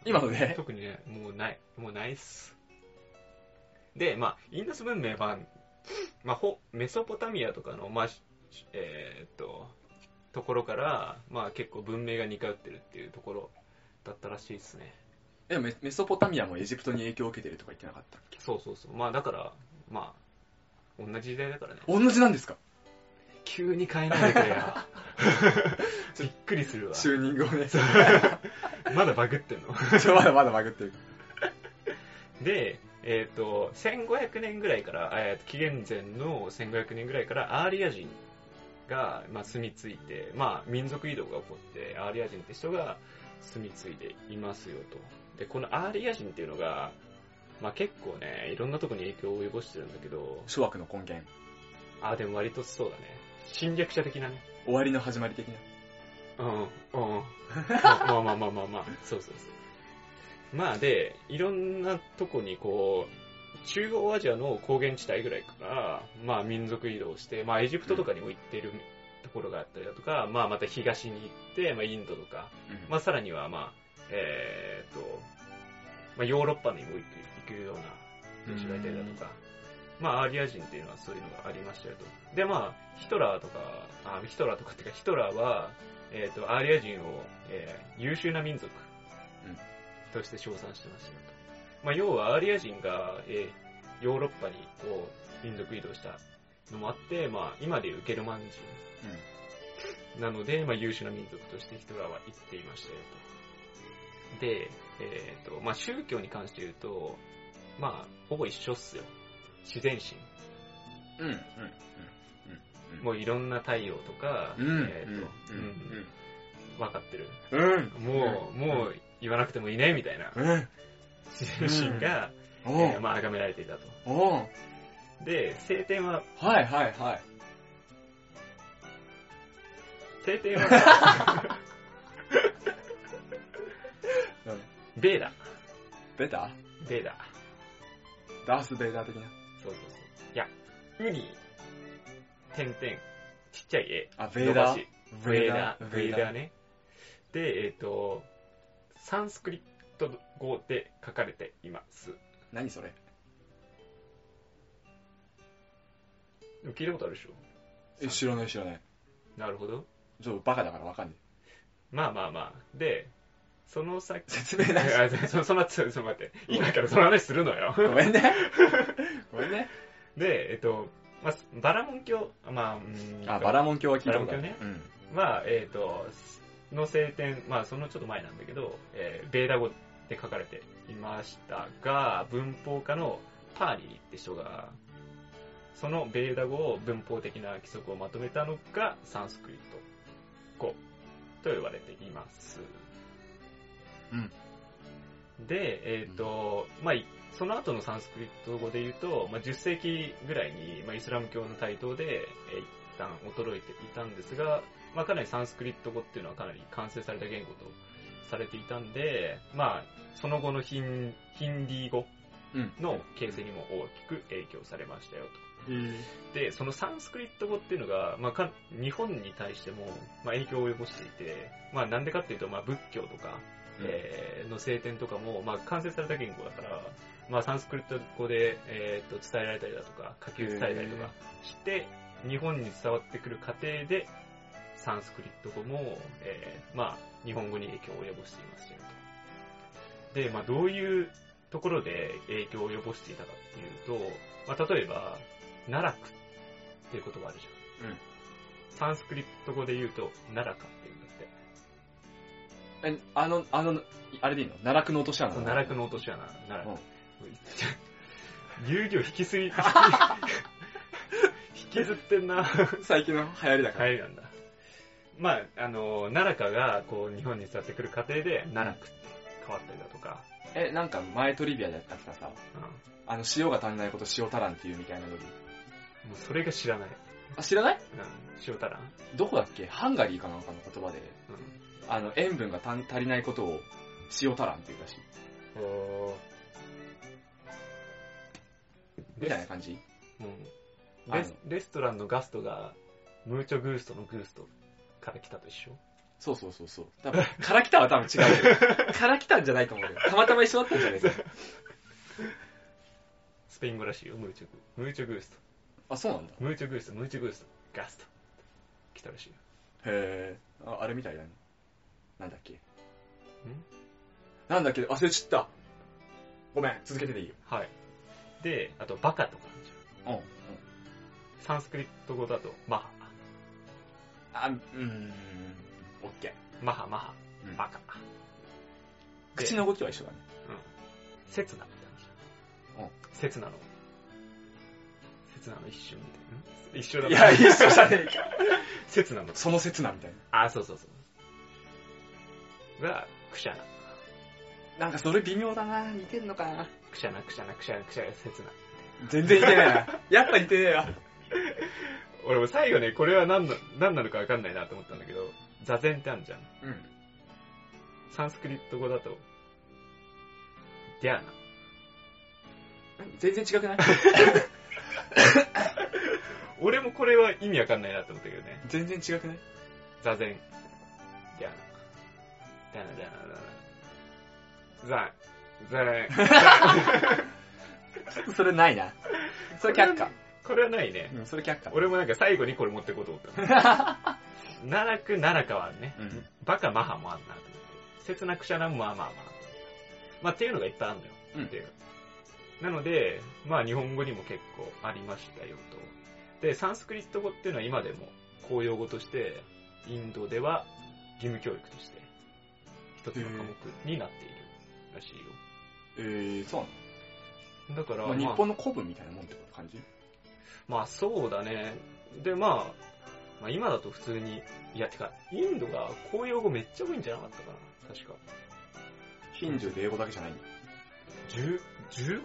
[SPEAKER 2] 今ので
[SPEAKER 1] <laughs> 特にね、もうない、もうないっす。で、まあ、インダス文明は、まあ、ほメソポタミアとかの、まあ、しえーっと、ところから、まあ結構文明が似通ってるっていうところだったらしいですね。
[SPEAKER 2] え、メメソポタミアもエジプトに影響を受けてるとか言ってなかった
[SPEAKER 1] そうそうそう。まあだから、まあ、同じ時代だからね。
[SPEAKER 2] 同じなんですか
[SPEAKER 1] <laughs> 急に変えないでくれよ。びっくりするわ。 <laughs>
[SPEAKER 2] <laughs> チューニングをね。
[SPEAKER 1] まだバグってんの。
[SPEAKER 2] <laughs> ちょまだまだバグってる。
[SPEAKER 1] で、えっ、と、1500年ぐらいから、えーと紀元前の1500年ぐらいからアーリア人が、まあ、住み着いて、まあ、民族移動が起こって、アーリア人って人が住み着いていますよと。で、このアーリア人っていうのが、まあ結構ね、いろんなとこに影響を及ぼしてるんだけど、
[SPEAKER 2] 諸悪の根源。
[SPEAKER 1] あ、でも割とそうだね。侵略者的なね。
[SPEAKER 2] 終わりの始まり的な。
[SPEAKER 1] うん、うん。まあまあまあまあまあ、そうそうそう。まあで、いろんなとこにこう、中央アジアの高原地帯ぐらいから、まあ民族移動して、まあエジプトとかにも行ってるところがあったりだとか、まあまた東に行って、まあインドとか、
[SPEAKER 2] うん
[SPEAKER 1] まあさらにはまあ、えーっと、まあヨーロッパにも行く行くような女子がいたりだとか、まあアーリア人っていうのはそういうのがありましたよと。でまあ、ヒトラーとか、あ、ヒトラーとかっていうかヒトラーは、えっ、と、アーリア人を、えー優秀な民族
[SPEAKER 2] うん
[SPEAKER 1] として称賛してましたよと。まあ要はアーリア人が、えーヨーロッパにこう民族移動したのもあって、まあ今でいうゲルマン人なので、まあ、優秀な民族としてヒトラーは言っていましたよと。で、えっ、と、まあ、宗教に関して言うと、まあ、ほぼ一緒っすよ。自然神。
[SPEAKER 2] うん。うん。
[SPEAKER 1] もういろんな太陽とか、
[SPEAKER 2] うん。うん。
[SPEAKER 1] えっ、と、う
[SPEAKER 2] う
[SPEAKER 1] ん
[SPEAKER 2] ん。
[SPEAKER 1] わかってる。
[SPEAKER 2] うん。うん。
[SPEAKER 1] もう、もう言わなくてもいいね、みたいな。
[SPEAKER 2] うん。
[SPEAKER 1] 自然神が、
[SPEAKER 2] お
[SPEAKER 1] えー
[SPEAKER 2] う
[SPEAKER 1] まあ、崇められていたと。
[SPEAKER 2] おう
[SPEAKER 1] で、聖典は、
[SPEAKER 2] はいはいはい。
[SPEAKER 1] 聖典
[SPEAKER 2] <laughs>
[SPEAKER 1] は、
[SPEAKER 2] うん
[SPEAKER 1] ベーダ。
[SPEAKER 2] ベタ
[SPEAKER 1] ベーダ。
[SPEAKER 2] ダース・ベイダー的な。
[SPEAKER 1] そうそうそう。いや、ウニ、点々、ちっちゃい絵。
[SPEAKER 2] あ、ベイダ
[SPEAKER 1] 伸ばし
[SPEAKER 2] ー。
[SPEAKER 1] ヴェーダー、ヴ
[SPEAKER 2] ベ
[SPEAKER 1] ェ
[SPEAKER 2] イ
[SPEAKER 1] ー
[SPEAKER 2] ダ
[SPEAKER 1] ダー
[SPEAKER 2] ー。
[SPEAKER 1] ね。で、えっ、と、サンスクリット語で書かれています。
[SPEAKER 2] 何それ
[SPEAKER 1] でも聞いたことあるでしょ
[SPEAKER 2] え、知らない知らない。
[SPEAKER 1] なるほど。
[SPEAKER 2] ちょっとバカだからわかんない。
[SPEAKER 1] まあまあまあ。で、その
[SPEAKER 2] <laughs>
[SPEAKER 1] 先、
[SPEAKER 2] 説
[SPEAKER 1] <laughs>
[SPEAKER 2] 明なし。
[SPEAKER 1] あそその、ちょちょっと待って。今からその話するのよ。
[SPEAKER 2] ごめ
[SPEAKER 1] <laughs>
[SPEAKER 2] んね。ごめんね。
[SPEAKER 1] で、えっ、と、まあ、バラモン教、まあ、うーん
[SPEAKER 2] あ、バラモン教は聞いたことあ
[SPEAKER 1] バラ
[SPEAKER 2] る。
[SPEAKER 1] モン
[SPEAKER 2] うん。
[SPEAKER 1] は、えっ、と、の聖典、まあ、そのちょっと前なんだけど、えーベーダ語で書かれていましたが、文法家のパーリーって人が、そのベーダ語を文法的な規則をまとめたのがサンスクリット語と呼ばれています。
[SPEAKER 2] うん
[SPEAKER 1] で、えっ、と、まあ、いその後のサンスクリット語で言うと、まあ、10世紀ぐらいに、まあ、イスラム教の台頭で、えー一旦衰えていたんですが、まあ、かなりサンスクリット語っていうのはかなり完成された言語とされていたんで、まあ、その後のヒンヒンディー語
[SPEAKER 2] うん。
[SPEAKER 1] の形成にも大きく影響されましたよと。
[SPEAKER 2] うん。
[SPEAKER 1] で、そのサンスクリット語っていうのが、まあ、か日本に対しても、まあ、影響を及ぼしていて、まあ、なんでかっていうと、まあ、仏教とか、えーの聖典とかも、まあ、完成された言語だから、まあ、サンスクリット語で、えーっと伝えられたりだとか、書き伝えたりとかして、日本に伝わってくる過程で、サンスクリット語も、えーまあ、日本語に影響を及ぼしていますよと。で、まあ、どういうところで影響を及ぼしていたかっていうと、まあ、例えば、奈落っていう言葉あるじゃん。
[SPEAKER 2] うん
[SPEAKER 1] サンスクリット語で言うと、奈落っていうんだって。
[SPEAKER 2] え、あの、あの、あれでいいの奈落の落とし穴
[SPEAKER 1] そう奈落の落とし穴、奈落。
[SPEAKER 2] うん
[SPEAKER 1] 遊戯を <laughs> 引きすぎ、引きずってんな。
[SPEAKER 2] 最近の流行りだから。
[SPEAKER 1] 帰りなんだ。まあ、あの、奈良が、こう、日本に伝わってくる過程で、奈良って変わったりだとか、
[SPEAKER 2] え、なんか前トリビアでやったけどさ、
[SPEAKER 1] うん。も
[SPEAKER 2] あの、塩が足りないこと塩足らんっていうみたいなの
[SPEAKER 1] う
[SPEAKER 2] に。
[SPEAKER 1] それが知らない。
[SPEAKER 2] あ、知らない
[SPEAKER 1] うん。塩太郎。
[SPEAKER 2] どこだっけハンガリーかなんかの言葉で、
[SPEAKER 1] う
[SPEAKER 2] あの、塩分が足ん足りないことを塩足らんっていうらしい。
[SPEAKER 1] ん。お
[SPEAKER 2] みたいな感じ
[SPEAKER 1] うん。レスレストランのガストが、ムーチョグーストのグーストから来たと一緒
[SPEAKER 2] そうそうそうそう。多分、から来たは多分違うよ。 <laughs> から来たんじゃないと思うよ。たまたま一緒だったんじゃないですか。
[SPEAKER 1] スペイン語らしいよ、ムーチョグ。ムーチョグースト。
[SPEAKER 2] あ、そうなんだ。
[SPEAKER 1] ムーチョグースト、ムーチョグースト、ガスト。来たらしいよ。
[SPEAKER 2] へえ。あ、あれみたいだね。なんだっけなんだっけ忘れちった。ごめん、続けてていいよ。
[SPEAKER 1] はい。で、あと、バカとかあるじゃん。
[SPEAKER 2] うん。
[SPEAKER 1] サンスクリット語だと、マハ。
[SPEAKER 2] あ、うーん。オッケ
[SPEAKER 1] マハマハ
[SPEAKER 2] う。ん
[SPEAKER 1] バカ。で
[SPEAKER 2] 口の動きは一緒だね。
[SPEAKER 1] 刹那みたいな
[SPEAKER 2] うん。
[SPEAKER 1] 刹那の。刹那の一瞬みたいな。一瞬だ
[SPEAKER 2] いや、一緒じゃねえか。
[SPEAKER 1] 刹那の。
[SPEAKER 2] その刹那みたいな。
[SPEAKER 1] あ、そうそうそう。が、くしゃな。
[SPEAKER 2] なんかそれ微妙だな似てんのかな
[SPEAKER 1] くしゃな、くしゃな、くしゃな、くしゃな、刹那。
[SPEAKER 2] 全然似てないな。 <laughs> やっぱ似てねえわ。
[SPEAKER 1] 俺も最後ね、これは何の、何なのかわかんないなと思ったんだけど、座禅ってあるじゃん。
[SPEAKER 2] うん。
[SPEAKER 1] サンスクリット語だと、ディアナ。
[SPEAKER 2] 全然違くない
[SPEAKER 1] 俺もこれは意味わかんないなと思ったけどね。
[SPEAKER 2] 全然違くない
[SPEAKER 1] 座禅。じゃあ、じゃあな、じゃあな、じゃあな。座、座、
[SPEAKER 2] それないな。それ却下。
[SPEAKER 1] これはないね。
[SPEAKER 2] うん、それ却下。
[SPEAKER 1] 俺もなんか最後にこれ持ってこうと思ったの。
[SPEAKER 2] <laughs>
[SPEAKER 1] 奈落、奈良かはあるね。
[SPEAKER 2] うん
[SPEAKER 1] バカマハもあんなと思って。切なくしゃな、まあまあまあ。まあっていうのがいっぱいあるのよ。
[SPEAKER 2] うん
[SPEAKER 1] っていう。なので、まあ日本語にも結構ありましたよと。で、サンスクリット語っていうのは今でも公用語として、インドでは義務教育として、一つの科目になっているらしいよ。
[SPEAKER 2] えー、そう
[SPEAKER 1] だから、
[SPEAKER 2] なの、まあ、日
[SPEAKER 1] まあ
[SPEAKER 2] 本の古文みたいなもんってこと感じ
[SPEAKER 1] まあそうだね。で、まあ、まあ今だと普通に、いや、てか、インドが公用語めっちゃ多いんじゃなかったかな確か。
[SPEAKER 2] ヒンジュで英語だけじゃないんだ。
[SPEAKER 1] 10、15?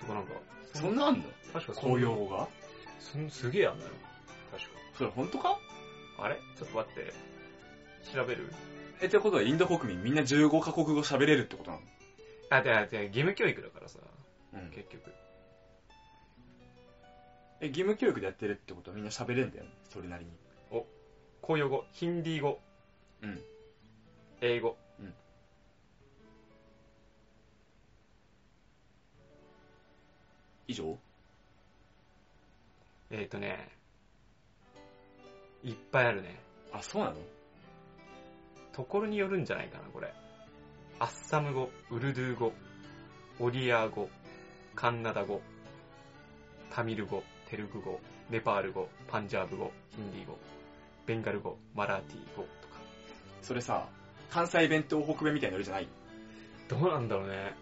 [SPEAKER 1] とかなんか。
[SPEAKER 2] そんなあんの
[SPEAKER 1] 確かそんな
[SPEAKER 2] 公用語が
[SPEAKER 1] そんすげえあんのよ。確
[SPEAKER 2] それ本当か
[SPEAKER 1] か。あれちょっと待って。調べる
[SPEAKER 2] え、ってことはインド国民みんな15カ国語喋れるってことなの
[SPEAKER 1] あ、てか、てか義務教育だからさ、
[SPEAKER 2] うん
[SPEAKER 1] 結局。
[SPEAKER 2] え、義務教育でやってるってことはみんな喋れんだよね。それなりに。
[SPEAKER 1] 公用語、ヒンディー語、
[SPEAKER 2] うん。
[SPEAKER 1] 英語。
[SPEAKER 2] うん以上
[SPEAKER 1] えっ、ー、とね、いっぱいあるね。
[SPEAKER 2] あ、そうなの
[SPEAKER 1] ところによるんじゃないかな、これ。アッサム語、ウルドゥー語、オリアー語、カンナダ語、タミル語、テルグ語、ネパール語、パンジャーブ語、ヒンディー語、ベンガル語、マラーティー語とか。
[SPEAKER 2] それさ、関西弁と北弁みたいなのじゃない
[SPEAKER 1] どうなんだろうね。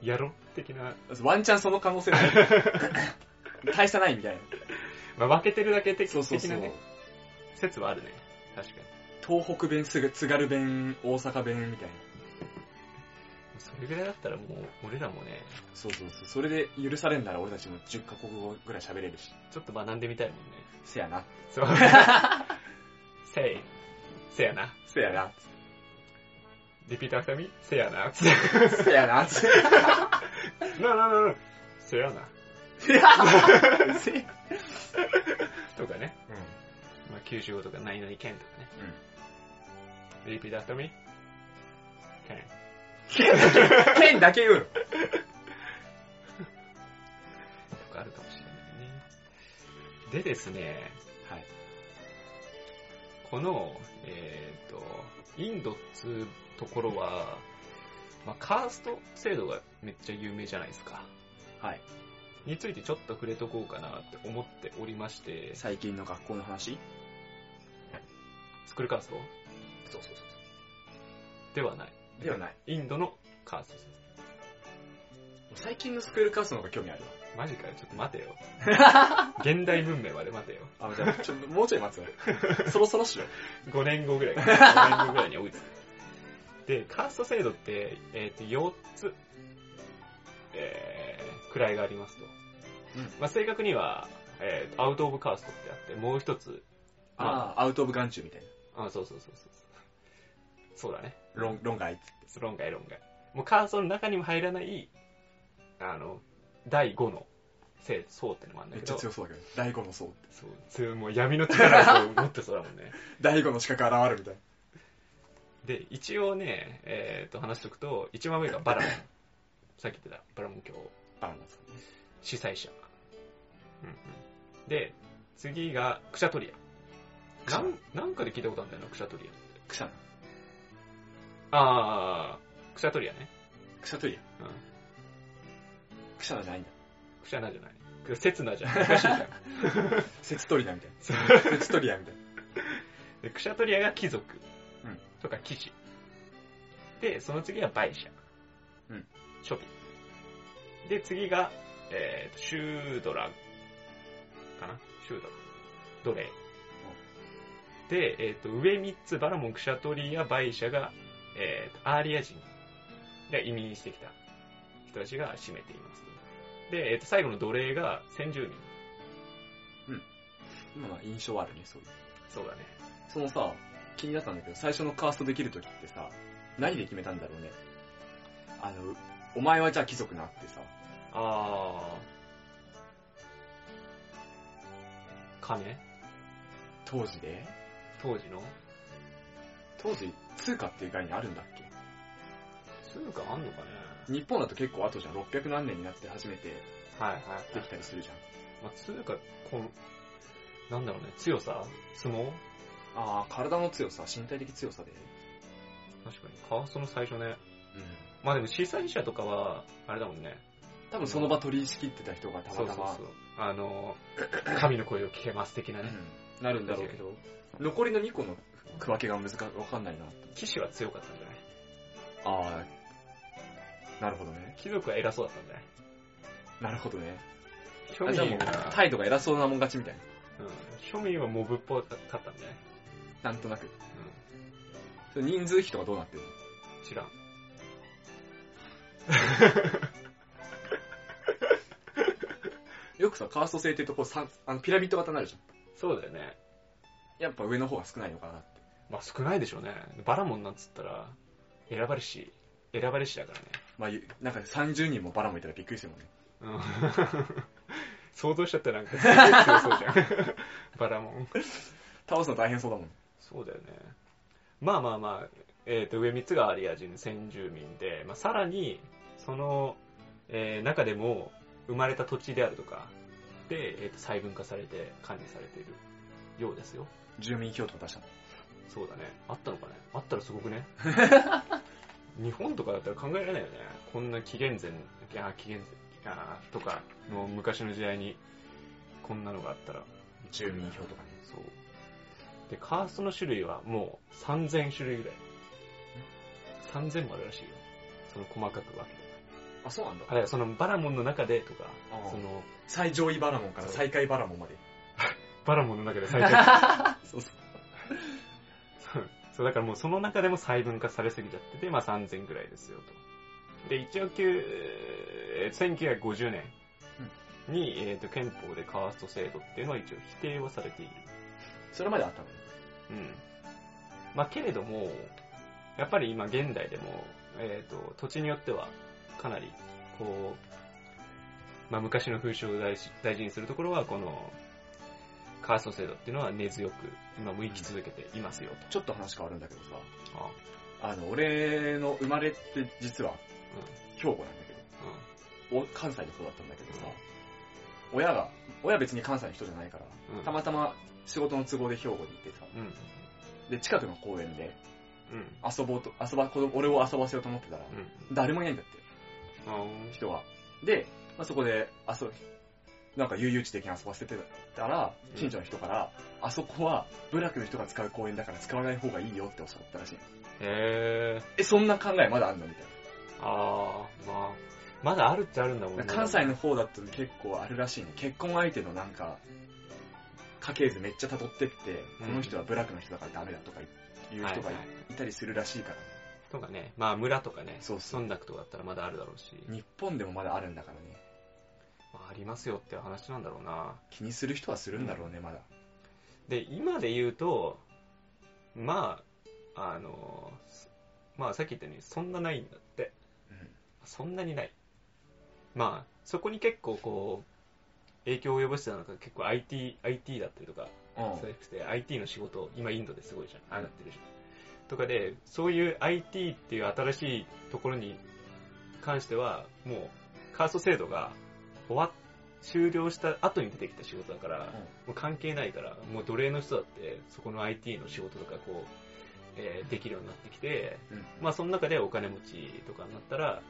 [SPEAKER 1] やろ的な。
[SPEAKER 2] ワンチャンその可能性ない。 <laughs> 大差ないみたいな。
[SPEAKER 1] まあ、負けてるだけ的
[SPEAKER 2] そうそうそ
[SPEAKER 1] 的な
[SPEAKER 2] う
[SPEAKER 1] ね。説はあるね。確かに。
[SPEAKER 2] 東北弁、すぐ津軽弁、大阪弁みたいな。
[SPEAKER 1] それぐらいだったらもう、俺らもね、
[SPEAKER 2] そうそうそう。それで許されんなら俺たちも10カ国語ぐらい喋れるし。
[SPEAKER 1] ちょっと学んでみたいもんね。
[SPEAKER 2] せやな。
[SPEAKER 1] <laughs> そう。せい。せやな。
[SPEAKER 2] せやな。
[SPEAKER 1] リピートアフターミーせやな。 <laughs>
[SPEAKER 2] せやな。せや
[SPEAKER 1] ななななせやな。
[SPEAKER 2] な。せや
[SPEAKER 1] とかね。
[SPEAKER 2] うん。
[SPEAKER 1] まあ、九州語とか何々県とかね。うん。リピートアフターミー県。
[SPEAKER 2] 剣だけ言うの。
[SPEAKER 1] とかあるかもしれないね。でですね、
[SPEAKER 2] はい。
[SPEAKER 1] この、えっ、と、インドっつうところは、まあ、カースト制度がめっちゃ有名じゃないですか。
[SPEAKER 2] はい。
[SPEAKER 1] についてちょっと触れとこうかなって思っておりまして、
[SPEAKER 2] 最近の学校の話
[SPEAKER 1] スクールカースト
[SPEAKER 2] そうそうそ
[SPEAKER 1] ではない。
[SPEAKER 2] う。ではない。
[SPEAKER 1] インドのカーストです。
[SPEAKER 2] 最近のスクールカーストの方が興味ある
[SPEAKER 1] マジかよ、ちょっと待て
[SPEAKER 2] <laughs>
[SPEAKER 1] よ。現代文明まで待てよ。
[SPEAKER 2] わ。あ、じゃあ、ちょ、もうちょい待つ <laughs> わ。そろそろしろ。
[SPEAKER 1] 5年後ぐらいかな。5年後ぐ
[SPEAKER 2] <laughs>
[SPEAKER 1] らいに追いつく。で、カースト制度って、えっ、と、4つ、えー、位がありますと。
[SPEAKER 2] うん
[SPEAKER 1] まあ、正確には、えー、アウトオブカーストってあって、もう一つ、
[SPEAKER 2] ああ、アウトオブ眼中みたいな。
[SPEAKER 1] あ、そうそうそうそうそう。そうだね。
[SPEAKER 2] 論、論外。
[SPEAKER 1] 論外論外。もうカーストの中にも入らない、あの、第5の制度、そうってのもあるんだ
[SPEAKER 2] めっ
[SPEAKER 1] け
[SPEAKER 2] ちゃ
[SPEAKER 1] ど、
[SPEAKER 2] 強そうだけど。第五の層。
[SPEAKER 1] そう、そうもう闇の力を持ってそうだもんね。
[SPEAKER 2] 第五の資格現るみたいな。
[SPEAKER 1] で、一応ね、えっ、と、話しとくと、一番上がバ
[SPEAKER 2] <laughs>
[SPEAKER 1] ラモン。さっき言ってた、バラモン教
[SPEAKER 2] バランス。
[SPEAKER 1] 主催者。うんうん、で、次が、クシャトリア。
[SPEAKER 2] クシ
[SPEAKER 1] な
[SPEAKER 2] ャ
[SPEAKER 1] ん、なんかで聞いたことあるんだよな、クシャトリアって。
[SPEAKER 2] クシャな。
[SPEAKER 1] あー、クシャトリアね。
[SPEAKER 2] クシャトリア。
[SPEAKER 1] うん。
[SPEAKER 2] クシャナじゃないんだ。
[SPEAKER 1] クシャナじゃない。クセツナじゃない。おかしいじゃん。
[SPEAKER 2] セツトリナみたい
[SPEAKER 1] そう
[SPEAKER 2] な。セツトリアみたいな。
[SPEAKER 1] でクシャトリアが貴族。
[SPEAKER 2] うん
[SPEAKER 1] とか騎士。で、その次が売者。
[SPEAKER 2] うん。
[SPEAKER 1] 処理。で、次が、えー、シュードラ、かなシュードラ。奴隷。で、えっ、と、上3つ、バラモン、クシャトリア、売者が、えー、とアーリア人が移民してきた人たちが占めています。で、えー、と最後の奴隷が先住民。
[SPEAKER 2] まあ印象あるね、そういう。
[SPEAKER 1] そうだね。
[SPEAKER 2] そのさ、気になったんだけど、最初のカーストできるときってさ、何で決めたんだろうね。あの、お前はじゃあ貴族なってさ、
[SPEAKER 1] あー。金
[SPEAKER 2] 当時で
[SPEAKER 1] 当時の
[SPEAKER 2] 当時、通貨っていう概念あるんだっけ
[SPEAKER 1] そういうかあんのかね
[SPEAKER 2] 日本だと結構後じゃん、600何年になって初めて
[SPEAKER 1] はいはい。
[SPEAKER 2] できたりするじゃん。
[SPEAKER 1] まあ、つうか、この、なんだろうね、強さ相撲
[SPEAKER 2] ああ、体の強さ、身体的強さで。
[SPEAKER 1] 確かに。カーストの最初ね。
[SPEAKER 2] うん。
[SPEAKER 1] まあでも、司祭者とかは、あれだもんね。
[SPEAKER 2] 多分その場取り仕切ってた人がたまたま、
[SPEAKER 1] そうそうそう。あの、 <coughs> 神の声を聞けます的なね。
[SPEAKER 2] うんなるんだろうけど、残りの2個の区分けが難か、わかんないな。
[SPEAKER 1] 騎士は強かったんじゃない
[SPEAKER 2] ああ、なるほどね。
[SPEAKER 1] 貴族は偉そうだったんじゃない
[SPEAKER 2] なるほどね。あじゃ
[SPEAKER 1] 庶
[SPEAKER 2] あ
[SPEAKER 1] 民
[SPEAKER 2] もう
[SPEAKER 1] は、
[SPEAKER 2] 態度が偉そうなもん勝ちみたいな。
[SPEAKER 1] うん、庶民はモブっぽかったんじゃない
[SPEAKER 2] なんとなく。それ人数比とかどうなってるの
[SPEAKER 1] うん、知らん。
[SPEAKER 2] よくさ、カースト制っていうとこうさんあのピラミッド型になるじゃん。
[SPEAKER 1] そうだよね。
[SPEAKER 2] やっぱ上の方が少ないのかなって。
[SPEAKER 1] まあ少ないでしょうね。バラモンなんつったら、選ばれし、選ばれしだからね。
[SPEAKER 2] まあ、ゆなんか30人もバラもいたらびっくりするもんね。
[SPEAKER 1] うん <laughs> 想像しちゃったらなんかすごい強そうじゃん。 <laughs> バラモン。
[SPEAKER 2] 倒すの大変そうだもん。
[SPEAKER 1] そうだよね。まあまあまあ、えっ、と、上3つがアリア人、先住民で、まあさらに、その、えー中でも、生まれた土地であるとか、で、えーと細分化されて管理されているようですよ。
[SPEAKER 2] 住民票とか出したの。
[SPEAKER 1] そうだね。あったのかねあったらすご
[SPEAKER 2] <laughs>
[SPEAKER 1] くね。日本とかだったら考えられないよね。こんな紀元前、いや、紀元前、あーとかの昔の時代に、こんなのがあったら。
[SPEAKER 2] 住民票とかね。
[SPEAKER 1] そう。で、カーストの種類はもう3000種類ぐらい。3000もあるらしいよ。その細かく分けて。
[SPEAKER 2] あ、そうなんだ
[SPEAKER 1] あ。れ、そのバラモンの中でとか
[SPEAKER 2] あ、ー
[SPEAKER 1] その、
[SPEAKER 2] 最上位バラモンから
[SPEAKER 1] そう
[SPEAKER 2] 最下位バラモンまで。
[SPEAKER 1] バラモンの中で最初
[SPEAKER 2] <laughs> そうそう。
[SPEAKER 1] そう、だからもうその中でも細分化されすぎちゃってて、まあ3000ぐらいですよと。で、一応9、えー1950年に、えっ、と、憲法でカースト制度っていうのは一応否定はされている。
[SPEAKER 2] それまであったのね。
[SPEAKER 1] うん。まあ、けれども、やっぱり今現代でも、えっ、と、土地によっては、かなり、こう、まあ、昔の風習を大事大事にするところは、この、カースト制度っていうのは根強く、今も生き続けていますよ、
[SPEAKER 2] ちょっと話変わるんだけどさ、
[SPEAKER 1] と。あ
[SPEAKER 2] あの、俺の生まれって実は、兵庫なんだけど、お関西の方だったんだけどさ、親が、親は別に関西の人じゃないから、
[SPEAKER 1] うん。うん。
[SPEAKER 2] たまたま仕事の都合で兵庫に行ってさ、
[SPEAKER 1] うん。
[SPEAKER 2] で、近くの公園で
[SPEAKER 1] うん。
[SPEAKER 2] 遊ぼうと、遊ば、子供俺を遊ばせようと思ってたら、
[SPEAKER 1] うん。
[SPEAKER 2] 誰もいないんだって、
[SPEAKER 1] あー
[SPEAKER 2] 人が。で、まあ、そこで遊び、なんか悠々自適に遊ばせてたら、
[SPEAKER 1] うん
[SPEAKER 2] 近所の人から、あそこは部落の人が使う公園だから使わない方がいいよって教わったらしいの。
[SPEAKER 1] へえ。
[SPEAKER 2] え、そんな考えまだあんのみたいな。
[SPEAKER 1] あー、まあ。まだあるっちゃあるんだもんね。
[SPEAKER 2] 関西の方だと結構あるらしいね。結婚相手のなんか、家系図めっちゃ辿ってって、
[SPEAKER 1] うん
[SPEAKER 2] この人は部落の人だからダメだとか言う人が
[SPEAKER 1] はい
[SPEAKER 2] い
[SPEAKER 1] はい
[SPEAKER 2] いたりするらしいから。
[SPEAKER 1] とかね、まあ村とかね、
[SPEAKER 2] そうそう
[SPEAKER 1] 村落とかだったらまだあるだろうし、
[SPEAKER 2] 日本でもまだあるんだからね。
[SPEAKER 1] まあ、ありますよって話なんだろうな。
[SPEAKER 2] 気にする人はするんだろうね、まだ。
[SPEAKER 1] で、今で言うと、まあ、あの、すまあさっき言ったように、そんなないんだって。そんなにない。まあ、そこに結構こう、影響を及ぼしてたのが結構 IT、IT だったりとか、
[SPEAKER 2] うん。
[SPEAKER 1] そういう IT の仕事、今インドですごいじゃん。上がってるじゃん。とかで、そういう IT っていう新しいところに関しては、もう、カースト制度が終わっ、終了した後に出てきた仕事だから、もう関係ないから、もう奴隷の人だって、そこの IT の仕事とかこう、えーできるようになってきて、
[SPEAKER 2] うん
[SPEAKER 1] まあその中でお金持ちとかになったら、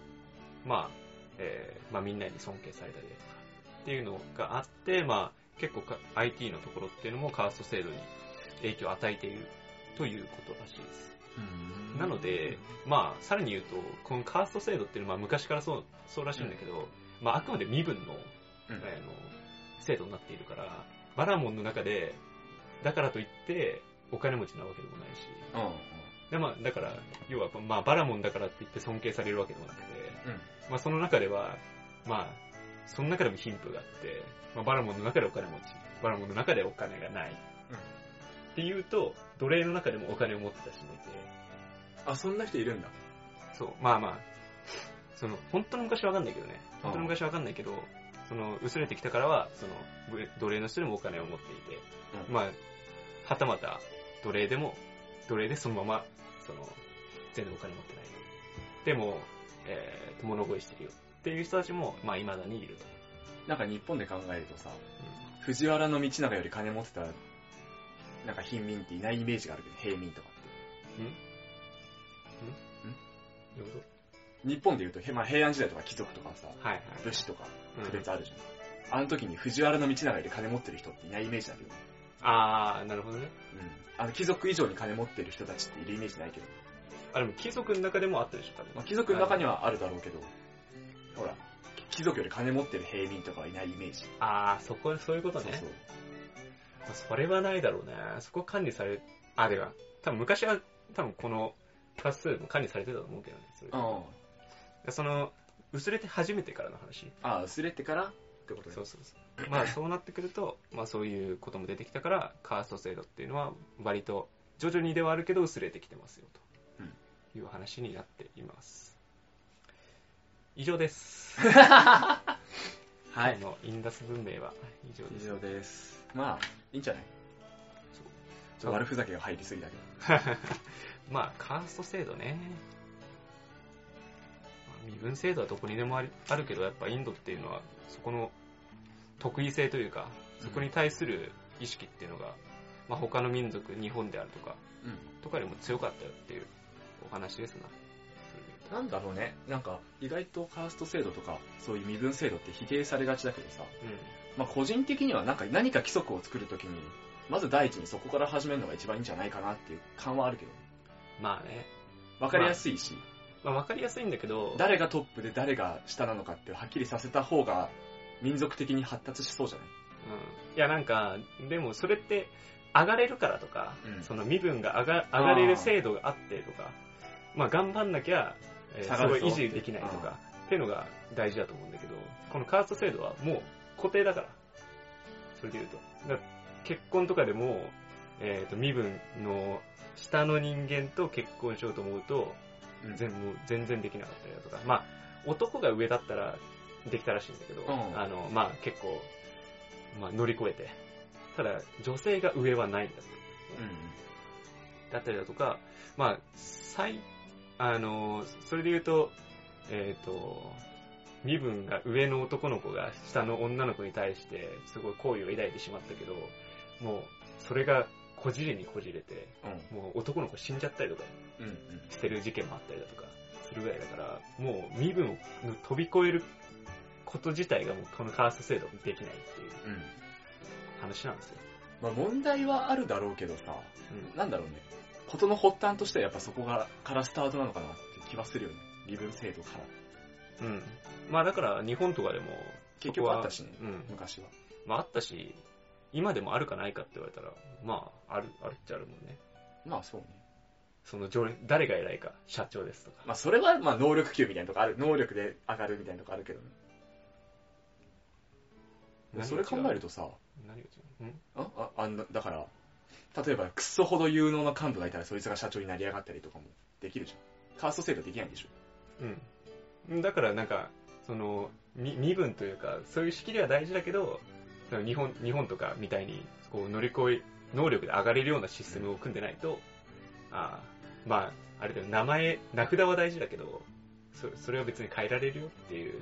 [SPEAKER 1] まあ、えーまあみんなに尊敬されたりだとか、っていうのがあって、まあ結構か IT のところっていうのもカースト制度に影響を与えているということらしいです。
[SPEAKER 2] うん
[SPEAKER 1] なので、まあ、さらに言うと、このカースト制度っていうのは、まあ、昔からそうそうらしいんだけど、まあ、あくまで身分の,、
[SPEAKER 2] う
[SPEAKER 1] あ
[SPEAKER 2] ん
[SPEAKER 1] の制度になっているから、バラモンの中で、だからといって、お金持ちなわけでもないし、
[SPEAKER 2] うんうん
[SPEAKER 1] でまあ、だから、要は、まあ、バラモンだからって言って尊敬されるわけでもなくて、
[SPEAKER 2] うん
[SPEAKER 1] まあ、その中では、まあ、その中でも貧富があって、まあ、バラモンの中でお金持ち、バラモンの中でお金がない。
[SPEAKER 2] うん
[SPEAKER 1] っていうと、奴隷の中でもお金を持ってた人もいて、
[SPEAKER 2] あそんな人いるんだ
[SPEAKER 1] そう、まあまあ、その、本当の昔はわかんないけどね。本当の昔はわかんないけど、その、薄れてきたからは、その、ぶ奴隷の人でもお金を持っていて、
[SPEAKER 2] うん
[SPEAKER 1] まあ、はたまた、奴隷でも、奴隷でそのまま、その、全然お金持ってない。でも、えーと、物乞いしてるよ。っていう人たちも、まあ、未だにいると。
[SPEAKER 2] なんか日本で考えるとさ藤原道長より金持ってたなんか貧民っていないイメージがあるけど平民とかって
[SPEAKER 1] なるほど
[SPEAKER 2] 日本でいうと、へまあ、平安時代とか貴族とかさ
[SPEAKER 1] はいはい。
[SPEAKER 2] 武士とか
[SPEAKER 1] うん
[SPEAKER 2] 区別あるじゃん、あの時に藤原道長より金持ってる人っていないイメージだけど、
[SPEAKER 1] あー、なるほどね。
[SPEAKER 2] うん、あの貴族以上に金持ってる人たちっているイメージないけど、
[SPEAKER 1] あ、でも貴族の中でもあったでしょ、多分
[SPEAKER 2] まあ、貴族の中にはあるだろうけど、ほら貴族より金持ってる平民とかはいないイメージ
[SPEAKER 1] あー、そこ、そういうことね。
[SPEAKER 2] そう
[SPEAKER 1] まあそれはないだろうね。そこ管理され、あ、では、多分昔は、多分この、多数も管理されてたと思うけどね。それ
[SPEAKER 2] そううん
[SPEAKER 1] その、薄れて初めてからの話。
[SPEAKER 2] ああ薄れてからってことね
[SPEAKER 1] そうそうそう。まあそうなってくると、まあそういうことも出てきたから、カースト制度っていうのは割と徐々にではあるけど薄れてきてますよという話になっています。以上です。
[SPEAKER 2] は
[SPEAKER 1] 今日のインダス文明は以上で
[SPEAKER 2] 以
[SPEAKER 1] す。
[SPEAKER 2] 上ですまあいいんじゃない
[SPEAKER 1] そう
[SPEAKER 2] ちょっと悪ふざけが入りすぎだけど
[SPEAKER 1] まあ、カースト制度ね。まあ身分制度はどこにでもありあるけど、やっぱインドっていうのは、そこの特異性というか、そこに対する意識っていうのが、まあ他の民族、日本であるとか、
[SPEAKER 2] う
[SPEAKER 1] とかよりも強かったよっていうお話ですな。
[SPEAKER 2] んなんだろうねなんか意外とカースト制度とかそういう身分制度って否定されがちだけどさ
[SPEAKER 1] うん。
[SPEAKER 2] まあ個人的にはなんか何か規則を作るときにまず第一にそこから始めるのが一番いいんじゃないかなっていう感はあるけど
[SPEAKER 1] まあね。
[SPEAKER 2] わかりやすいし、
[SPEAKER 1] まあわかりやすいんだけど、
[SPEAKER 2] 誰がトップで誰が下なのかってはっきりさせた方が民族的に発達しそうじゃない
[SPEAKER 1] うん。いやなんか、でもそれって、上がれるからとか、
[SPEAKER 2] うん
[SPEAKER 1] その身分が上が上がれる制度があってとか、まあ頑張んなきゃ、えー
[SPEAKER 2] 下
[SPEAKER 1] す
[SPEAKER 2] が
[SPEAKER 1] ご
[SPEAKER 2] る
[SPEAKER 1] い
[SPEAKER 2] ぞ
[SPEAKER 1] 維持できないとか、っていうのが大事だと思うんだけど、このカースト制度はもう固定だから。それで言うと。だから結婚とかでも、えっ、と、身分の下の人間と結婚しようと思うと、全もう全然できなかったりだとか、まあ、男が上だったらできたらしいんだけど、
[SPEAKER 2] うん
[SPEAKER 1] あの、まあ結構、まあ乗り越えて。ただ、女性が上はないんだって。だったりだとか、まあ、最、あの、それで言うと、えっ、と、身分が上の男の子が下の女の子に対して、すごい好意を抱いてしまったけど、もう、それがこじれにこじれて、
[SPEAKER 2] うんうん
[SPEAKER 1] もう男の子死んじゃったりとか
[SPEAKER 2] うん
[SPEAKER 1] してる事件もあったりだとか、するぐらいだから、もう身分を飛び越えること自体がもうこのカースト制度できないっていう
[SPEAKER 2] うんうん
[SPEAKER 1] 話なんですよ。
[SPEAKER 2] まあ問題はあるだろうけどさ
[SPEAKER 1] うん。
[SPEAKER 2] なんだろうねことの発端としてはやっぱそこがからスタートなのかなって気はするよね身分制度から
[SPEAKER 1] うん。まあだから日本とかでも、
[SPEAKER 2] 結局あったしね
[SPEAKER 1] うん。
[SPEAKER 2] 昔は
[SPEAKER 1] まああったし、今でもあるかないかって言われたら、まあ、ある、あるっちゃあるもんね。
[SPEAKER 2] まあそうね
[SPEAKER 1] その上、誰が偉いか、社長ですとか。
[SPEAKER 2] まあそれはまあ能力級みたいなとこある能力で上がるみたいなとこあるけどねそれ考える
[SPEAKER 1] と。
[SPEAKER 2] とさ
[SPEAKER 1] 何が違ううん
[SPEAKER 2] あああんなだから例えばクソほど有能な幹部がいたらそいつが社長になり上がったりとかもできるじゃんカースト制度できないんでしょ
[SPEAKER 1] うん。だからなんか、その、み身分というか、そういう仕切りは大事だけど、その日本、日本とかみたいに、こう乗り越え、能力で上がれるようなシステムを組んでないと、ああ、まあ、あれだよ、名前、名札は大事だけど、そそれは別に変えられるよっていう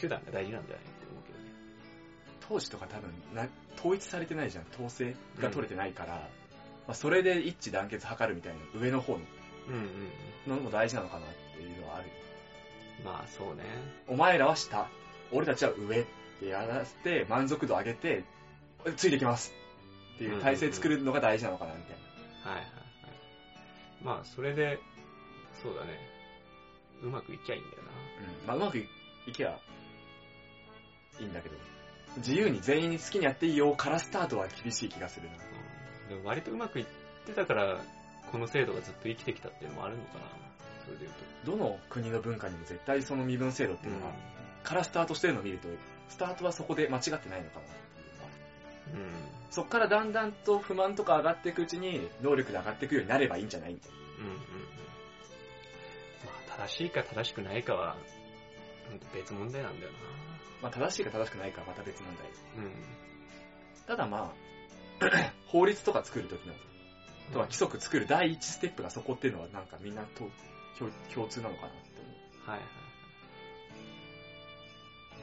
[SPEAKER 1] 手段が大事なんじゃないって思うけどね。
[SPEAKER 2] 当時とか多分な統一されてないじゃん統制が取れてないから、まあ、それで一致団結図るみたいな上の方
[SPEAKER 1] うんうん
[SPEAKER 2] ののも大事なのかなっていうのはある
[SPEAKER 1] うん。まあそうね。
[SPEAKER 2] お前らは下俺たちは上ってやらせて満足度上げてついてきますっていう体制作るのが大事なのかなみたいな、
[SPEAKER 1] はいはいはい。まあ、それで、そうだね。うまくいっちゃいいんだよな。
[SPEAKER 2] うん。まあ、うまくいいけば、いいんだけど。自由に全員に好きにやっていいよからスタートは厳しい気がするな。
[SPEAKER 1] うんでも割とうまくいってたから、この制度がずっと生きてきたっていうのもあるのかな。それで言うと。
[SPEAKER 2] どの国の文化にも絶対その身分制度っていうのが、からスタートしてるのを見ると、スタートはそこで間違ってないのかなっていうのは
[SPEAKER 1] う
[SPEAKER 2] そっからだんだんと不満とか上がっていくうちに、能力で上がっていくようになればいいんじゃないみたい
[SPEAKER 1] ん。うんうん。まあ、正しいか正しくないかは、ほんと別問題なんだよな。
[SPEAKER 2] な。まあ、正しいか正しくないかはまた別問題。
[SPEAKER 1] うん。
[SPEAKER 2] ただまあ、 <clears throat> 法律とか作るときの、とは規
[SPEAKER 1] は
[SPEAKER 2] 則作る第一ステップがそこっていうのはなんかみんなと共共通なのかなって思う。
[SPEAKER 1] いはいはい。い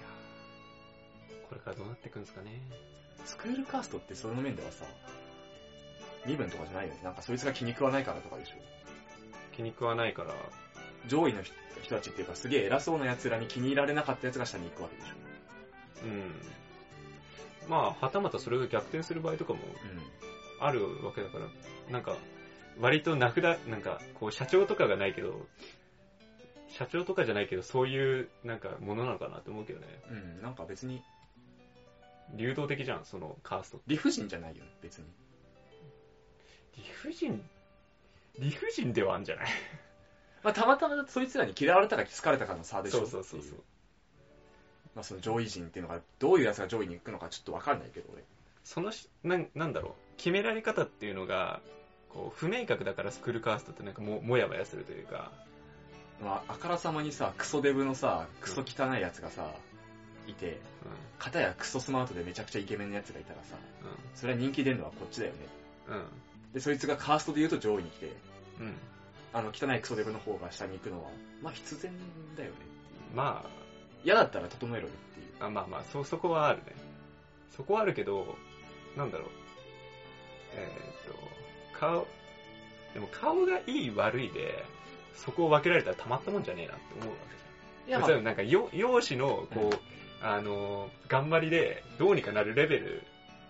[SPEAKER 1] やーこれからどうなっていくんですかね。
[SPEAKER 2] スクールカーストってその面ではさ、身分とかじゃないよね。なんかそいつが気に食わないからとかでしょ。
[SPEAKER 1] 気に食わないから、
[SPEAKER 2] 上位の人人たちっていうかすげえ偉そうな奴らに気に入られなかった奴が下に行くわけでしょ。
[SPEAKER 1] うん。まあ、はたまたそれが逆転する場合とかも
[SPEAKER 2] う
[SPEAKER 1] あるわけだから、なんか、割と名札、なんか、こう、社長とかがないけど、社長とかじゃないけど、そういう、なんか、ものなのかなって思うけどね。
[SPEAKER 2] ん。うん。なんか別に、
[SPEAKER 1] 流動的じゃん、その、カースト。
[SPEAKER 2] 理不尽じゃないよね、別に。
[SPEAKER 1] 理不尽、理不尽ではあんじゃない
[SPEAKER 2] まあ、たまたまそいつらに嫌われたか好かれたかの差でしょ
[SPEAKER 1] そうそうそう
[SPEAKER 2] って
[SPEAKER 1] そ
[SPEAKER 2] いうう。まあ、その上位陣っていうのがどういう奴が上位に行くのかちょっとわかんないけど俺
[SPEAKER 1] そのし、なん、なんだろう、決められ方っていうのが、こう、不明確だからスクールカーストってなんかも、もやもやするというか、
[SPEAKER 2] まああからさまにさクソデブのさクソ汚い奴がさいて片やクソスマートでめちゃくちゃイケメンの奴がいたらさそれは人気出るのはこっちだよね
[SPEAKER 1] うん、うん、
[SPEAKER 2] でそいつがカーストで言うと上位に来て
[SPEAKER 1] うん、うん。
[SPEAKER 2] あの汚いクソデブの方が下に行くのはまあ必然だよね
[SPEAKER 1] まあ、
[SPEAKER 2] 嫌だったら整えろよっていう
[SPEAKER 1] あまあまあそ、そこはあるね。そこはあるけど、なんだろう。えーっと、顔、でも顔がいい悪いで、そこを分けられたらたまったもんじゃねえなって思うわけじ
[SPEAKER 2] い
[SPEAKER 1] ゃん。も
[SPEAKER 2] まあ
[SPEAKER 1] ちろんなんか、よ容姿の、
[SPEAKER 2] う
[SPEAKER 1] こう、あの、頑張りで、どうにかなるレベル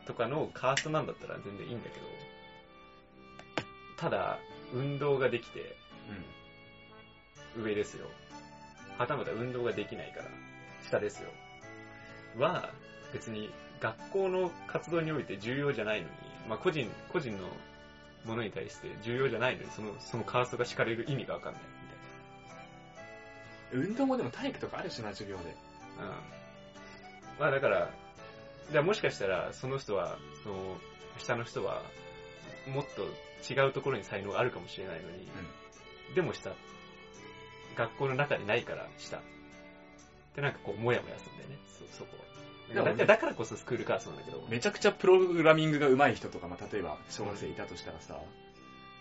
[SPEAKER 1] とかのカーストなんだったら全然いいんだけど、ただ、運動ができて、
[SPEAKER 2] う
[SPEAKER 1] 上ですよ。はたまた運動ができないから、下ですよ。は、別に学校の活動において重要じゃないのに、まあ個人、個人のものに対して重要じゃないのに、その、そのカーストが敷かれる意味がわかんない
[SPEAKER 2] ん運動もでも体育とかあるしな授業で
[SPEAKER 1] みたいな。うん。まあだから、じゃあもしかしたら、その人は、その、下の人は、もっと違うところに才能があるかもしれないのに、でも下。学校の中でないから下。ってなんかこう、もやもやするんだよね、そ、そこ
[SPEAKER 2] で
[SPEAKER 1] は。
[SPEAKER 2] も
[SPEAKER 1] だってだからこそスクールカーストなんだけど。
[SPEAKER 2] めちゃくちゃプログラミングが上手い人とか、まあ、例えば小学生いたとしたらさ、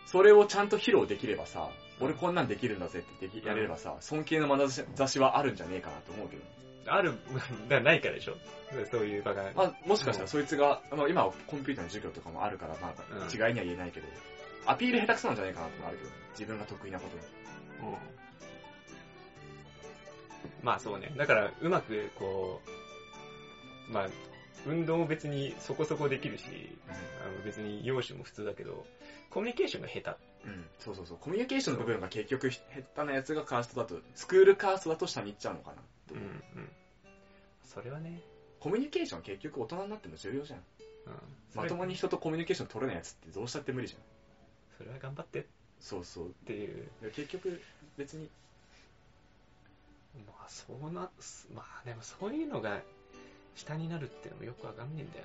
[SPEAKER 2] それをちゃんと披露できればさ、俺こんなんできるんだぜってできやれればさ、尊敬の眼差しはあるんじゃねえかなと思うけど。
[SPEAKER 1] ある、 <laughs> だないからでしょ。そういう場が。
[SPEAKER 2] まあ、もしかしたらそいつが、まあ、今はコンピューターの授業とかもあるから、ま
[SPEAKER 1] うん
[SPEAKER 2] あ、一概には言えないけど、アピール下手くそなんじゃないかなってのもあるけど、自分が得意なことに。
[SPEAKER 1] うんまあそうね。だから、うまくこう、まあ、運動も別にそこそこできるし、あの別に容姿も普通だけど、コミュニケーションが下
[SPEAKER 2] うん、そうそうそう。コミュニケーションの部分が結局、下手なやつがカーストだと、スクールカーストだと下に行っちゃうのかな。
[SPEAKER 1] 手。うんうん。それはね、
[SPEAKER 2] コミュニケーション結局大人になっても重要じゃん。
[SPEAKER 1] うん。それ
[SPEAKER 2] まともに人とコミュニケーション取れないやつってどうしたって無理じゃん。
[SPEAKER 1] それは頑張ってっ
[SPEAKER 2] そうそう。
[SPEAKER 1] ていう。
[SPEAKER 2] で結局、別に、
[SPEAKER 1] まあそうな、すまあでもそういうのが下になるってのもよくわかんねえんだよ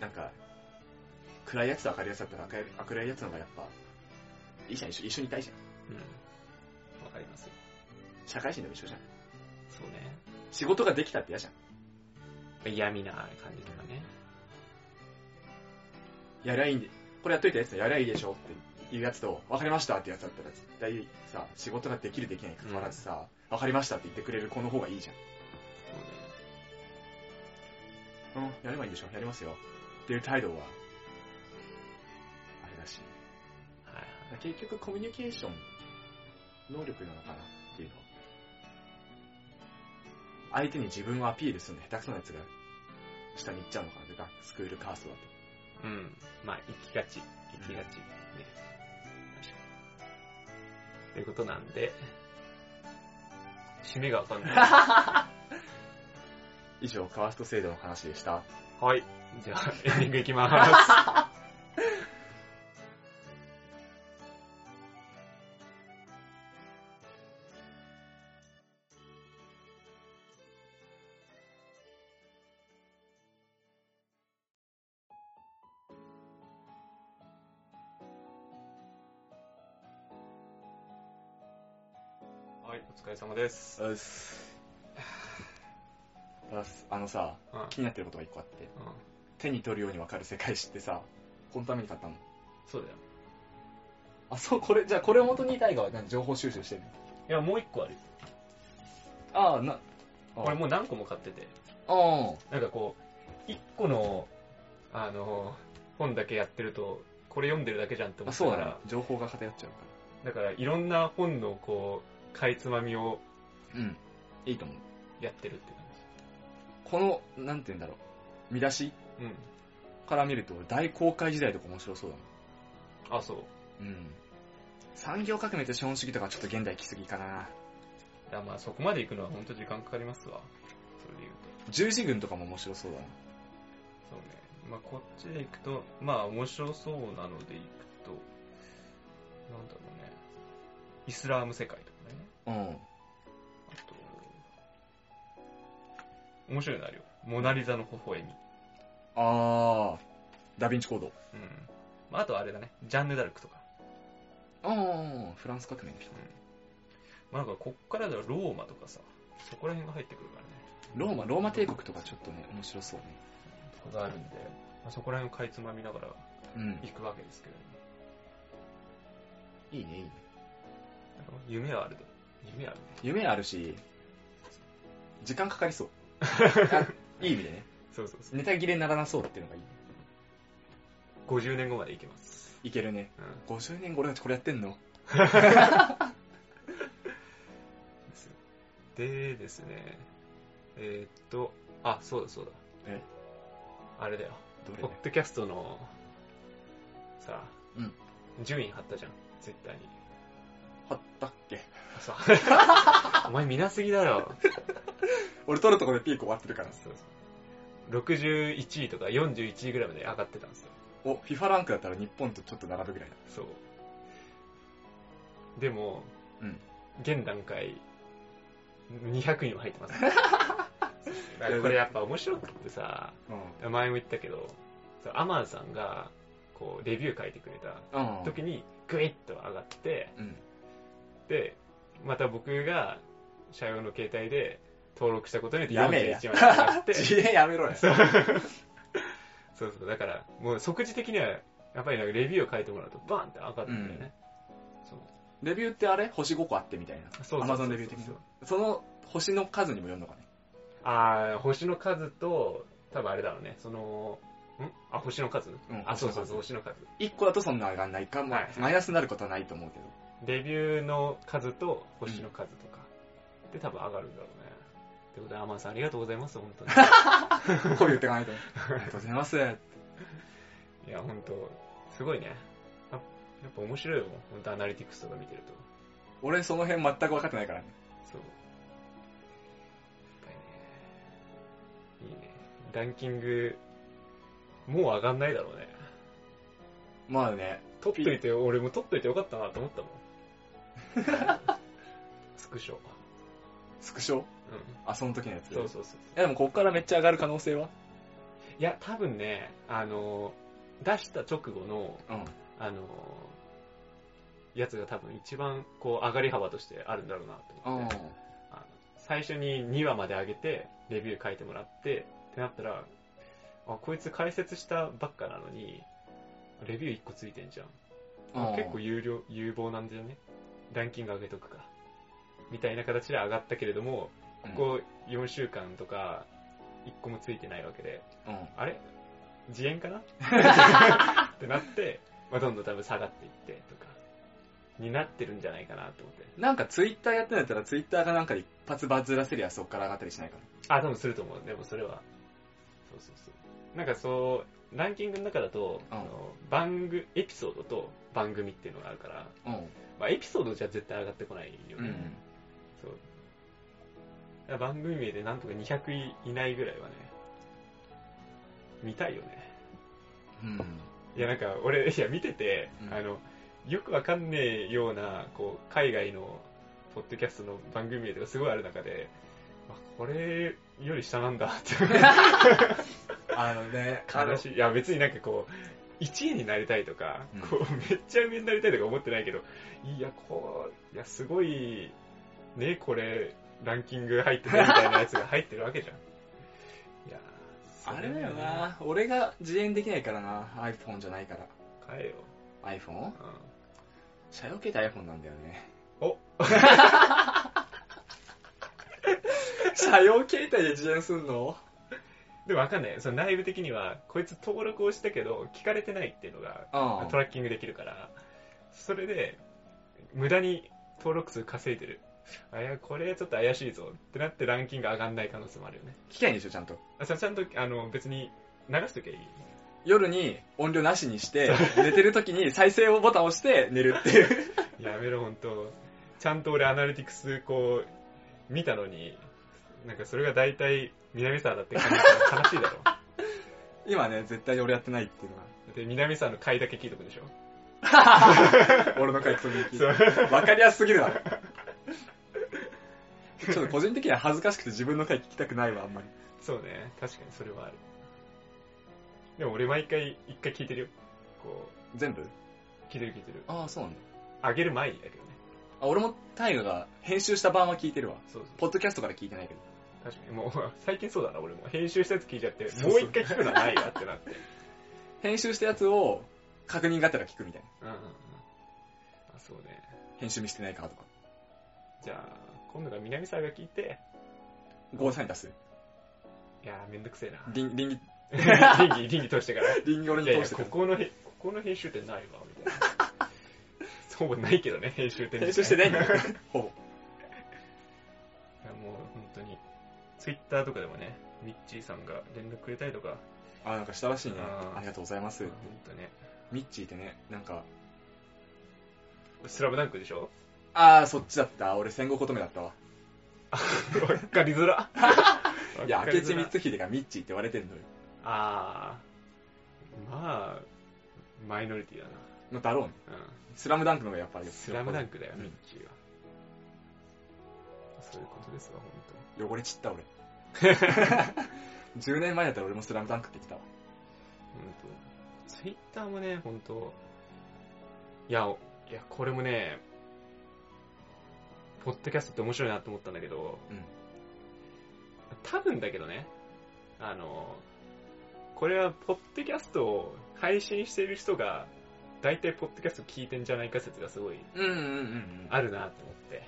[SPEAKER 2] なんか、暗いやつと明るいやつだったら明るいやつの方がやっぱ、いいじゃん、一緒一緒にいたいじゃん。
[SPEAKER 1] なうん。わかりますよ。
[SPEAKER 2] 社会人でも一緒じゃん。
[SPEAKER 1] そうね。
[SPEAKER 2] 仕事ができたって嫌じゃん。
[SPEAKER 1] 嫌味な感じとかね。
[SPEAKER 2] やりゃいいんで、これやっといたやつだやりゃいいでしょっていうやつと、わかりましたってやつだったら絶対さ、仕事ができるできないに関わらずさ、わかりましたって言ってくれる子の方がいいじ
[SPEAKER 1] そうね。
[SPEAKER 2] ゃん。うん、やればいいんでしょやりますよ。っていう態度は、あれだし。
[SPEAKER 1] はいはい。
[SPEAKER 2] 結局コミュニケーション能力なのかなっていうの相手に自分をアピールするの下手くそなやつが下に行っちゃうのかなとかスクールカーストだと
[SPEAKER 1] うん。まあ行きがち。行きがち。ね。ということなんで、締めがわかんない。
[SPEAKER 2] 以上、カースト制度の話でした。
[SPEAKER 1] はい。じゃ <laughs> あ、エンディングいきます。はい、お疲れ様です。
[SPEAKER 2] うっす。ただあのさ、
[SPEAKER 1] うん。うん
[SPEAKER 2] 気になってることが一個あって、手に取るようにわかる世界史ってさ、このために買ったの。
[SPEAKER 1] そうだよ。
[SPEAKER 2] あ、そう、これ、じゃあこれを元に大河は何情報収集してるの
[SPEAKER 1] いや、もう一個あるよ。
[SPEAKER 2] ああ、な、あ
[SPEAKER 1] これもう何個も買ってて。
[SPEAKER 2] ああ、
[SPEAKER 1] なんかこう、一個の、あの、本だけやってると、これ読んでるだけじゃんって思
[SPEAKER 2] あ
[SPEAKER 1] っ
[SPEAKER 2] そう
[SPEAKER 1] たか
[SPEAKER 2] だ
[SPEAKER 1] ら、
[SPEAKER 2] ね。情報が偏っちゃうか
[SPEAKER 1] だからいろんな本のこう、かいつまみを
[SPEAKER 2] ら。うん。いいと思う。
[SPEAKER 1] やってるって感
[SPEAKER 2] この、なんて言うんだろう。見出し
[SPEAKER 1] じ。うん。
[SPEAKER 2] から見ると、大航海時代とか面白そうだ
[SPEAKER 1] あ、そう。
[SPEAKER 2] もん。うん。産業革命と資本主義とかちょっと現代来すぎかな。
[SPEAKER 1] だからまあそこまで行くのは本当時間かかりますわ。それで言うと。
[SPEAKER 2] 十字軍とかも面白そうだな。
[SPEAKER 1] そうね。まあこっちで行くと、まあ面白そうなので行くと、なんだろうね。イスラーム世界とかね。
[SPEAKER 2] うん。
[SPEAKER 1] あと、面白いのあるよ。モナリザの微笑み。
[SPEAKER 2] あー、ダヴィンチコード。
[SPEAKER 1] うん。まあ、あとはあれだね、ジャンヌ・ダルクとか。
[SPEAKER 2] あー、フランス革命の人。
[SPEAKER 1] まあ、なんかこっからだとローマとかさ、そこら辺が入ってくるからね。
[SPEAKER 2] ローマ、ローマ帝国とかちょっとね、面白そうね。
[SPEAKER 1] とかがあるんで、まあ、そこら辺をかいつまみながら
[SPEAKER 2] うん。
[SPEAKER 1] 行くわけですけれども。
[SPEAKER 2] いいね、いいね。
[SPEAKER 1] なんか夢はあるで。夢あるね。
[SPEAKER 2] 夢あるし、時間かかり <laughs> そう。あいい意味でね。
[SPEAKER 1] そうそうそ
[SPEAKER 2] ネタ切れにならなそうっていうのがいい。
[SPEAKER 1] う。50年後まで行けます。
[SPEAKER 2] いけるね。
[SPEAKER 1] うん。
[SPEAKER 2] 50年後俺たちこれやってんの
[SPEAKER 1] ですよ。でですね、えーっと、あ、そうだそうだ。
[SPEAKER 2] え
[SPEAKER 1] あれだよ。
[SPEAKER 2] どれ
[SPEAKER 1] ポッドキャストの、さ、
[SPEAKER 2] うん
[SPEAKER 1] 順位貼ったじゃん、ツイッターに。
[SPEAKER 2] 貼ったっけ
[SPEAKER 1] あそう <laughs> お前見なすぎだろ。
[SPEAKER 2] 俺撮るとこでピーク終わってるから。
[SPEAKER 1] そうそう61位とか41位ぐらいまで上がってたんですよ。
[SPEAKER 2] お、FIFA ランクだったら日本とちょっと並ぶぐらいだ。
[SPEAKER 1] そう。でも、
[SPEAKER 2] うん
[SPEAKER 1] 現段階、200位も入ってます。だ
[SPEAKER 2] <laughs>
[SPEAKER 1] からこれやっぱ面白くってさ、
[SPEAKER 2] う
[SPEAKER 1] 前も言ったけど、そうアマンさんが、こう、レビュー書いてくれた
[SPEAKER 2] ん。うん。
[SPEAKER 1] 時に、グイッと上がって、
[SPEAKER 2] うん。
[SPEAKER 1] で、また僕が、社用の携帯で登録したことによって
[SPEAKER 2] やめえや
[SPEAKER 1] 41まで上
[SPEAKER 2] <laughs>
[SPEAKER 1] がって、
[SPEAKER 2] 自衛やめろや。
[SPEAKER 1] そう <laughs> そうそう、だから、もう即時的には、やっぱりなんかレビューを書いてもらうと、バーンって上がってんだよね。そう
[SPEAKER 2] レビューってあれ星5個あってみたい
[SPEAKER 1] そうそうそう
[SPEAKER 2] な。アマゾンレビュー的に。その星の数にもよるのかね。
[SPEAKER 1] ああ、星の数と、多分あれだろうね、その、んあ、星の数
[SPEAKER 2] うん
[SPEAKER 1] あ、そうそう
[SPEAKER 2] 星の
[SPEAKER 1] そう、星の数。
[SPEAKER 2] 1個だとそんな上がんないか、まあ
[SPEAKER 1] はいはい
[SPEAKER 2] マイナスになることはないと思うけど。
[SPEAKER 1] レビューの数と、星の数とか。で、多分上がるんだろうね。ということで、アマンさんありがとうございます、本当
[SPEAKER 2] <laughs>
[SPEAKER 1] に。
[SPEAKER 2] こう言ってかないとね。 <laughs> ありがとうございます。
[SPEAKER 1] いや、本当すごいね。あやっぱ面白いよ、本当アナリティクスとか見てると。
[SPEAKER 2] 俺その辺全く分かってないからね。
[SPEAKER 1] そう。やっぱりね。いいね。ランキング、もう上がんないだろうね。
[SPEAKER 2] まあね、
[SPEAKER 1] 取っといて、俺も取っといてよかったなと思ったもん。スクショ。うん。
[SPEAKER 2] スクショあ、その時のやつ。
[SPEAKER 1] そうそうそうそう。
[SPEAKER 2] いやでもこっからめっちゃ上がる可能性はい
[SPEAKER 1] や、多分ね、あの、出した直後の、
[SPEAKER 2] うん。
[SPEAKER 1] あの、やつが多分一番こう上がり幅としてあるんだろうなと思って。あの最初に2話まで上げて、レビュー書いてもらって、ってなったら、あ、こいつ解説したばっかなのに、レビュー1個ついてんじゃん。あ結構有料、有望なんだよね。ランキング上げとくか。みたいな形で上がったけれども、
[SPEAKER 2] うん
[SPEAKER 1] ここ4週間とか、1個もついてないわけで、
[SPEAKER 2] うん。
[SPEAKER 1] あれ自演か
[SPEAKER 2] <laughs>
[SPEAKER 1] なってなって、まあ、どんどん多分下がっていって、とか、になってるんじゃないかなと思って。
[SPEAKER 2] なんかツイッターやってんだったらツイッターがなんか一発バズらせりゃそっから上がったりしないか
[SPEAKER 1] あ、多分すると思う。でもそれは。そうそうそう。なんかそう、ランキングの中だと、
[SPEAKER 2] うん
[SPEAKER 1] あの番組エピソードと番組っていうのがあるから、
[SPEAKER 2] うん。
[SPEAKER 1] まあ、エピソードじゃ絶対上がってこないよ
[SPEAKER 2] う
[SPEAKER 1] ね、
[SPEAKER 2] ん。
[SPEAKER 1] そうだから番組名でなんとか200位以内ぐらいはね見たいよね
[SPEAKER 2] うん。
[SPEAKER 1] いやなんか俺いや見てて、
[SPEAKER 2] うん
[SPEAKER 1] あのよくわかんねえようなこう海外のポッドキャストの番組名とかすごいある中であこれより下なんだって
[SPEAKER 2] あのね、あの
[SPEAKER 1] 悲しい。いや、別になんかこう、1位になりたいとか、
[SPEAKER 2] うん
[SPEAKER 1] こう、めっちゃ上になりたいとか思ってないけど、いや、こう、いや、すごい、ね、これ、ランキング入ってるみたいなやつが入ってるわけ
[SPEAKER 2] <laughs>
[SPEAKER 1] じゃん。いやー
[SPEAKER 2] あれだよ。な。俺が自演できないからな。iPhone じゃないから。
[SPEAKER 1] それ変えよ
[SPEAKER 2] iPhone?
[SPEAKER 1] う。うん
[SPEAKER 2] 車両系って iPhone なんだよね。 <laughs>
[SPEAKER 1] お
[SPEAKER 2] 車用携帯で自演すんの
[SPEAKER 1] でもわかんない。その内部的には、こいつ登録をしたけど、聞かれてないっていうのが、
[SPEAKER 2] う
[SPEAKER 1] トラッキングできるから、それで、無駄に登録数稼いでる。あ、いや、これちょっと怪しいぞってなってランキング上がんない可能性もあるよね。
[SPEAKER 2] 聞きたいんでしょ、ちゃんと。
[SPEAKER 1] あそれちゃんと、あの、別に流しときゃいい。
[SPEAKER 2] 夜に音量なしにして、寝てる時に再生ボタンを押して寝るって <laughs> いう。
[SPEAKER 1] やめろ、ほんと。ちゃんと俺アナリティクス、こう、見たのに、なんかそれが大体南沢だって感じたら悲しいだ
[SPEAKER 2] <laughs>
[SPEAKER 1] ろ。だ
[SPEAKER 2] 今ね、絶対に俺やってないっていうの
[SPEAKER 1] って南沢の回だけ聞いとくでしょ。
[SPEAKER 2] が、俺の回答に
[SPEAKER 1] そう。
[SPEAKER 2] <laughs> わかりやすすぎるだろ。ちょっと個人的には恥ずかしくて自分の回聞きたくないわ、あんまり。
[SPEAKER 1] そうね、確かにそれはある。でも俺毎回、一回聞いてるよ。こ
[SPEAKER 2] 全部
[SPEAKER 1] う、聞いてる聞いてる。
[SPEAKER 2] ああ、そうなんだ。
[SPEAKER 1] あげる前にだけどね。
[SPEAKER 2] あ、俺も大河が編集した版は聞いてるわ。
[SPEAKER 1] そうそう。
[SPEAKER 2] ポッドキャストから聞いてないけど。
[SPEAKER 1] 確かに、もう、最近そうだな、俺も。編集したやつ聞いちゃって、
[SPEAKER 2] そう
[SPEAKER 1] も
[SPEAKER 2] そう
[SPEAKER 1] う一回聞くのはないわってなって。
[SPEAKER 2] 編集したやつを確認がてら聞くみたいな。
[SPEAKER 1] うんうんうん。あ、そうね。
[SPEAKER 2] 編集見してないかとか。
[SPEAKER 1] じゃあ、今度が南沢が聞いて、
[SPEAKER 2] ゴーサイン出す。
[SPEAKER 1] いやー、めんどくせえ
[SPEAKER 2] <laughs>
[SPEAKER 1] な。
[SPEAKER 2] リン、リン、
[SPEAKER 1] 倫理、倫理通して
[SPEAKER 2] <laughs>
[SPEAKER 1] から。い
[SPEAKER 2] リンゴ俺に
[SPEAKER 1] やい
[SPEAKER 2] 通
[SPEAKER 1] や、
[SPEAKER 2] して
[SPEAKER 1] こ
[SPEAKER 2] くる。
[SPEAKER 1] このへ、ここの編集点ないわ、みたいな。ほぼないけどね、編集点
[SPEAKER 2] 編集してないんだよほぼ。
[SPEAKER 1] いやもう、本当に。ツイッターとかでもね、ミッチーさんが連絡くれたりとか、
[SPEAKER 2] あ、なんかしたらしいね。
[SPEAKER 1] あー
[SPEAKER 2] ありがとうございます
[SPEAKER 1] 本。当ね。
[SPEAKER 2] ミッチーってね、なんか、
[SPEAKER 1] スラムダンクでしょ
[SPEAKER 2] あー、そっちだった。俺戦後乙女だったわ。
[SPEAKER 1] わかりづら。
[SPEAKER 2] <laughs> いや、
[SPEAKER 1] わかり
[SPEAKER 2] 明
[SPEAKER 1] づ
[SPEAKER 2] 智
[SPEAKER 1] ら
[SPEAKER 2] 光秀がミッチーって言われてんのよ。
[SPEAKER 1] ああまあマイノリティだな、
[SPEAKER 2] のだろうね。
[SPEAKER 1] う
[SPEAKER 2] スラムダンクの方がやっぱり
[SPEAKER 1] ん、スラムダン
[SPEAKER 2] ク。
[SPEAKER 1] クだよ
[SPEAKER 2] うん
[SPEAKER 1] ミッキーは、そういうことですわ本
[SPEAKER 2] 汚れ散った俺。10年前だったら俺もスラムダンクってきたわ。
[SPEAKER 1] 当本当ツイッターもね本当いやおいやこれもねポッドキャストって面白いなと思ったんだけど、
[SPEAKER 2] うん
[SPEAKER 1] 多分だけどねあのこれはポッドキャストを配信している人が大体ポッドキャスト聞いてんじゃないか説がすごい
[SPEAKER 2] うんうんうんうん。
[SPEAKER 1] あるなと思って。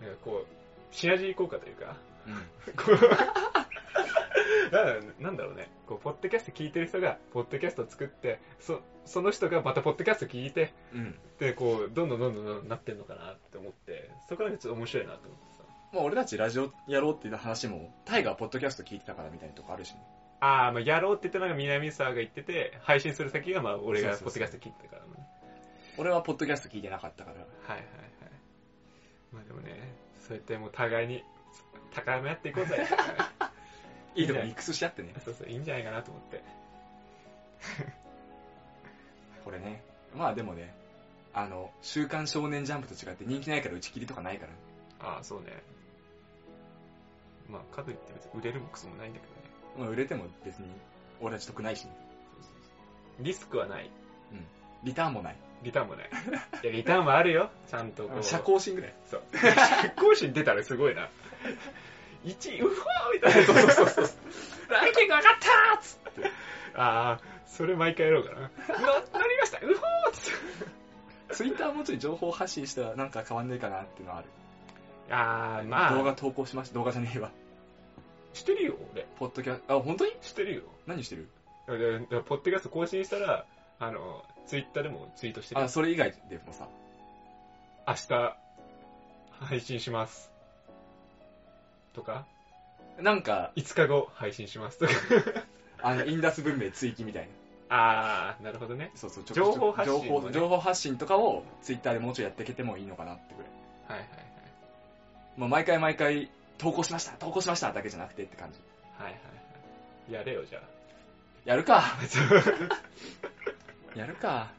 [SPEAKER 1] なんかこう、シナジー効果というか、
[SPEAKER 2] うん
[SPEAKER 1] こう、 <laughs> なんなんだろうね、こう、ポッドキャスト聞いてる人が、ポッドキャストを作って、そその人がまたポッドキャスト聞いて、
[SPEAKER 2] うん。
[SPEAKER 1] で、こう、どんどんどんどんどんなってんのかなって思って、そこら辺ちょっと面白いなと思ってさ。
[SPEAKER 2] もう俺たちラジオやろうって言った話も、タイガーポッドキャスト聞いてたからみたいなとこあるしね。
[SPEAKER 1] あー、まあやろうって言ったのが南沢が言ってて、配信する先がまあ俺がポッドキャスト聞いてたからね。
[SPEAKER 2] 俺はポッドキャスト聞いてなかったから。
[SPEAKER 1] はいはいはい。まあでもね、そうやってもう互いに高め合っていこう <laughs> ぜ。
[SPEAKER 2] いいとこミックスし合ってね。
[SPEAKER 1] そうそう、いいんじゃないかなと思って。
[SPEAKER 2] これね。まあでもね、あの、週刊少年ジャンプと違って人気ないから打ち切りとかないから。
[SPEAKER 1] ああ、そうね。まあ、かといって別に売れるもクソもないんだけどね。
[SPEAKER 2] まあ売れても別に俺たち得ないしね。
[SPEAKER 1] リスクはない。
[SPEAKER 2] リターンもない。
[SPEAKER 1] リターンもない。 <laughs> いや、リターンはあるよ。ちゃんとこう。
[SPEAKER 2] 社。交心ぐらい。
[SPEAKER 1] そう。社交心出たらすごいな。1位、うわーみたいな。そうそうそう
[SPEAKER 2] ランキング上がったーっつって。
[SPEAKER 1] ああ、それ毎回やろうかな。な、なりましたうほーっつっ
[SPEAKER 2] ツイッターもうちょい情報発信したらなんか変わんねえかなっていうのはある。
[SPEAKER 1] て。ああ、まあ。
[SPEAKER 2] 動画投稿しました。動画じゃねえわ。
[SPEAKER 1] してるよ、俺。
[SPEAKER 2] ポッドキャスト、あ、本当に
[SPEAKER 1] してるよ。
[SPEAKER 2] 何してる
[SPEAKER 1] だからだからポッドキャスト更新したら、あの、ツイッターでもツイートしてるよ
[SPEAKER 2] あ、。それ以外でもさ。
[SPEAKER 1] 明日配信しますとか
[SPEAKER 2] なんか、
[SPEAKER 1] 5日後配信しますとか <laughs>
[SPEAKER 2] あの、インダス文明追記みたいな。
[SPEAKER 1] あー、なるほどね。
[SPEAKER 2] そうそう、ち
[SPEAKER 1] 情報発信もね
[SPEAKER 2] 情報情報発信とかをツイッターでもうちょいやっていけてもいいのかなってぐらい。
[SPEAKER 1] はいはい
[SPEAKER 2] まあ、毎回毎回、投稿しました投稿しましただけじゃなくてって感じ。
[SPEAKER 1] はい。はいはいはい。やれよ、じゃ
[SPEAKER 2] や
[SPEAKER 1] <laughs>
[SPEAKER 2] るか
[SPEAKER 1] あ。
[SPEAKER 2] やるか。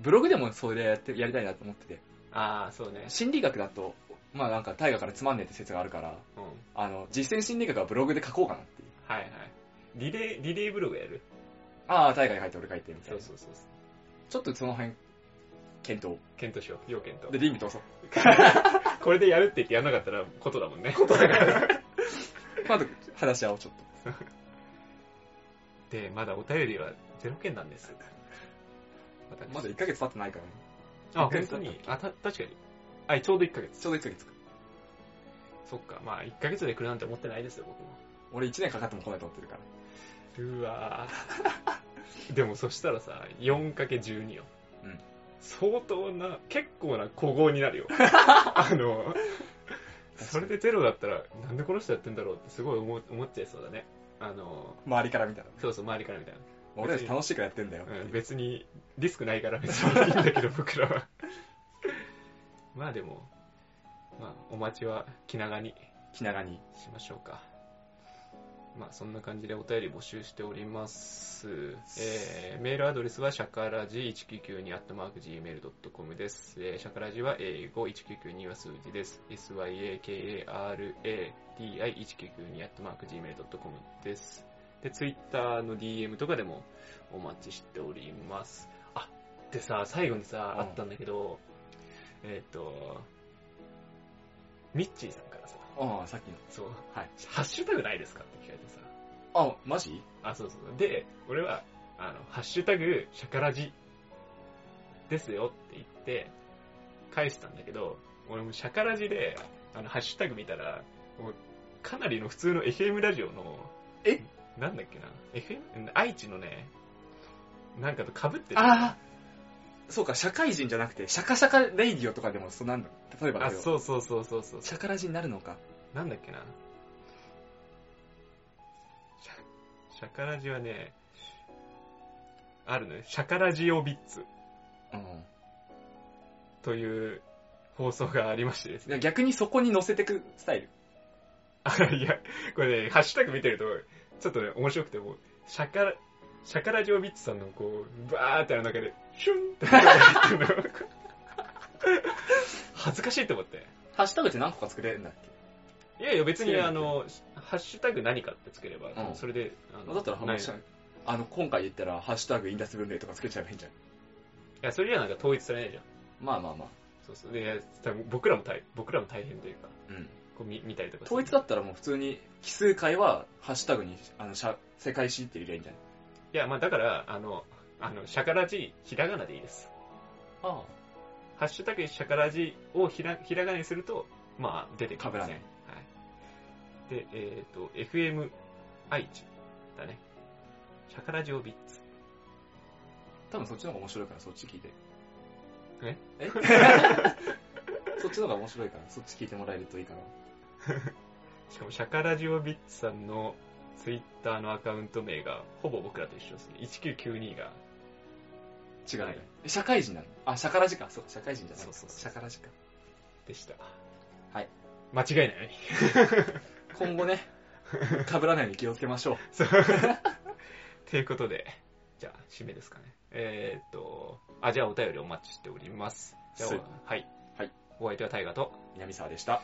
[SPEAKER 2] ブログでもそれやってやりたいなと思ってて。
[SPEAKER 1] あー、そうね。
[SPEAKER 2] 心理学だと、まあなんか大河からつまんねえって説があるから、
[SPEAKER 1] うん。
[SPEAKER 2] あの、実践心理学はブログで書こうかなっていう。
[SPEAKER 1] はいはい。リレー、リレーブログやる
[SPEAKER 2] ああ、大河に書いて俺書いてみたい
[SPEAKER 1] そ
[SPEAKER 2] な
[SPEAKER 1] う。そうそうそう。
[SPEAKER 2] ちょっとその辺、検討。
[SPEAKER 1] 検討しよう、要検討
[SPEAKER 2] で、。リング通そう。
[SPEAKER 1] これでやるって言ってやんなかったら、ことだもんね。
[SPEAKER 2] まず話し合おう、ちょっと。
[SPEAKER 1] <laughs> で、まだお便りはゼロ件なんです。私
[SPEAKER 2] まだ1ヶ月経ってないからね。
[SPEAKER 1] あ、本当に。あ、た、確かに。あ、ちょうど1ヶ月。
[SPEAKER 2] ちょうど1ヶ月か。
[SPEAKER 1] そっか。まあ、1ヶ月で来るなんて思ってないですよ、僕も。
[SPEAKER 2] 俺1年かかっても来ないと思ってるから。
[SPEAKER 1] うわぁ。でもそしたらさ、4×12 よ。
[SPEAKER 2] うん
[SPEAKER 1] 相当な、結構な古豪になるよ。あの、それでゼロだったら、なんでこの人やってんだろうってすごい思う思っちゃいそうだね。あの、
[SPEAKER 2] 周りから見たら。
[SPEAKER 1] そうそう、周りからみたい
[SPEAKER 2] 俺たち楽しいからやってんだよ。
[SPEAKER 1] な。うん、別に、リスクないから別にいいんだけど、僕らは。まあでも、まあ、お待ちは気長に。
[SPEAKER 2] 気長に。
[SPEAKER 1] しましょうか。まあ、そんな感じでお便り募集しております。えー、メールアドレスはシャカラジ1992 gmail.com です。えー、シャカラジは英語1992は数字です。syakaradi1992 gmail.com です。で、ツイッターの DM とかでもお待ちしております。あ、でさ、最後にさ、
[SPEAKER 2] うん
[SPEAKER 1] あったんだけど、えっ、と、ミッチーさんからさ、
[SPEAKER 2] ああ、さっきの。
[SPEAKER 1] そう、
[SPEAKER 2] はい。
[SPEAKER 1] ハッシュタグないですかって聞かれてさ。
[SPEAKER 2] あ、マジ
[SPEAKER 1] あ、そうそうそう。で、俺は、あの、ハッシュタグ、シャカラジですよって言って、返したんだけど、俺もシャカラジで、あの、ハッシュタグ見たら、もう、かなりの普通の FM ラジオの、
[SPEAKER 2] え
[SPEAKER 1] なんだっけな、FM? 愛知のね、なんかと被ってる。
[SPEAKER 2] ああそうか、社会人じゃなくて、シャカシャカレイディオとかでもそうなんだ。例えばだ
[SPEAKER 1] あ、
[SPEAKER 2] けど
[SPEAKER 1] そうそうそうそうそう。
[SPEAKER 2] シャカラジになるのか。
[SPEAKER 1] なんだっけな。シャシャカラジはね、あるのよ。シャカラジオビッツ
[SPEAKER 2] うん。
[SPEAKER 1] という放送がありましてですね。 <laughs>
[SPEAKER 2] で逆にそこに乗せてくスタイル。
[SPEAKER 1] あ、いや、これね、ハッシュタグ見てると、ちょっとね、面白くてもう、シャカラ、シャカラジオビッツさんのこう、バーってある中で、シュンって入ってるの <laughs> 恥ずかしいと思って。
[SPEAKER 2] ハッシュタグって何個か作れるんだっけ
[SPEAKER 1] いやいや、別に
[SPEAKER 2] 強いな
[SPEAKER 1] あの、ハッシュタグ何かってつければ、
[SPEAKER 2] うん
[SPEAKER 1] それで、あ
[SPEAKER 2] だったら
[SPEAKER 1] な
[SPEAKER 2] 話
[SPEAKER 1] い
[SPEAKER 2] しあの、今回言ったら、ハッシュタグインダス文明とかつけちゃえばいいんじゃない
[SPEAKER 1] や、それじゃなんか統一されないじゃん。
[SPEAKER 2] いまあまあまあ。
[SPEAKER 1] そうそう。で、多分僕らも大、僕らも大変というか、
[SPEAKER 2] うん。
[SPEAKER 1] こう見見たりとかする
[SPEAKER 2] 統一だったらもう普通に、奇数回は、ハッシュタグに、あの、シャ世界史って入れりゃいいんじゃない
[SPEAKER 1] いや、まあだから、あの、あの、シャカラジ、ひらがなでいいです。
[SPEAKER 2] あ
[SPEAKER 1] ハッシュタグシャカラジをひらひらがなにすると、まあ出てきません。
[SPEAKER 2] 被ら
[SPEAKER 1] は
[SPEAKER 2] ないい。
[SPEAKER 1] で、えっ、と、FM 愛知だね。シャカラジオビッツ。
[SPEAKER 2] 多分そっちの方が面白いから、そっち聞いて。
[SPEAKER 1] え <laughs>
[SPEAKER 2] えそっちの方が面白いから、そっち聞いてもらえるといいかな。
[SPEAKER 1] しかも、シャカラジオビッツさんのツイッターのアカウント名が、ほぼ僕らと一緒ですね。1992が。
[SPEAKER 2] 違う、ね
[SPEAKER 1] はい
[SPEAKER 2] え社会人なのあ、社からじか。そう、社会人じゃない。
[SPEAKER 1] そうそうそう
[SPEAKER 2] 社からじか。
[SPEAKER 1] でした。
[SPEAKER 2] はい。
[SPEAKER 1] 間違いないね。
[SPEAKER 2] 今後
[SPEAKER 1] <laughs>
[SPEAKER 2] ね、被らないように気をつけましょう。 <laughs>
[SPEAKER 1] そう。ということで、じゃあ、締めですかね。えー、っと、あ、じゃあお便りお待ちしております。じゃあ
[SPEAKER 2] す、
[SPEAKER 1] はい。
[SPEAKER 2] はい。
[SPEAKER 1] お相手はタイガと、
[SPEAKER 2] 南沢でした。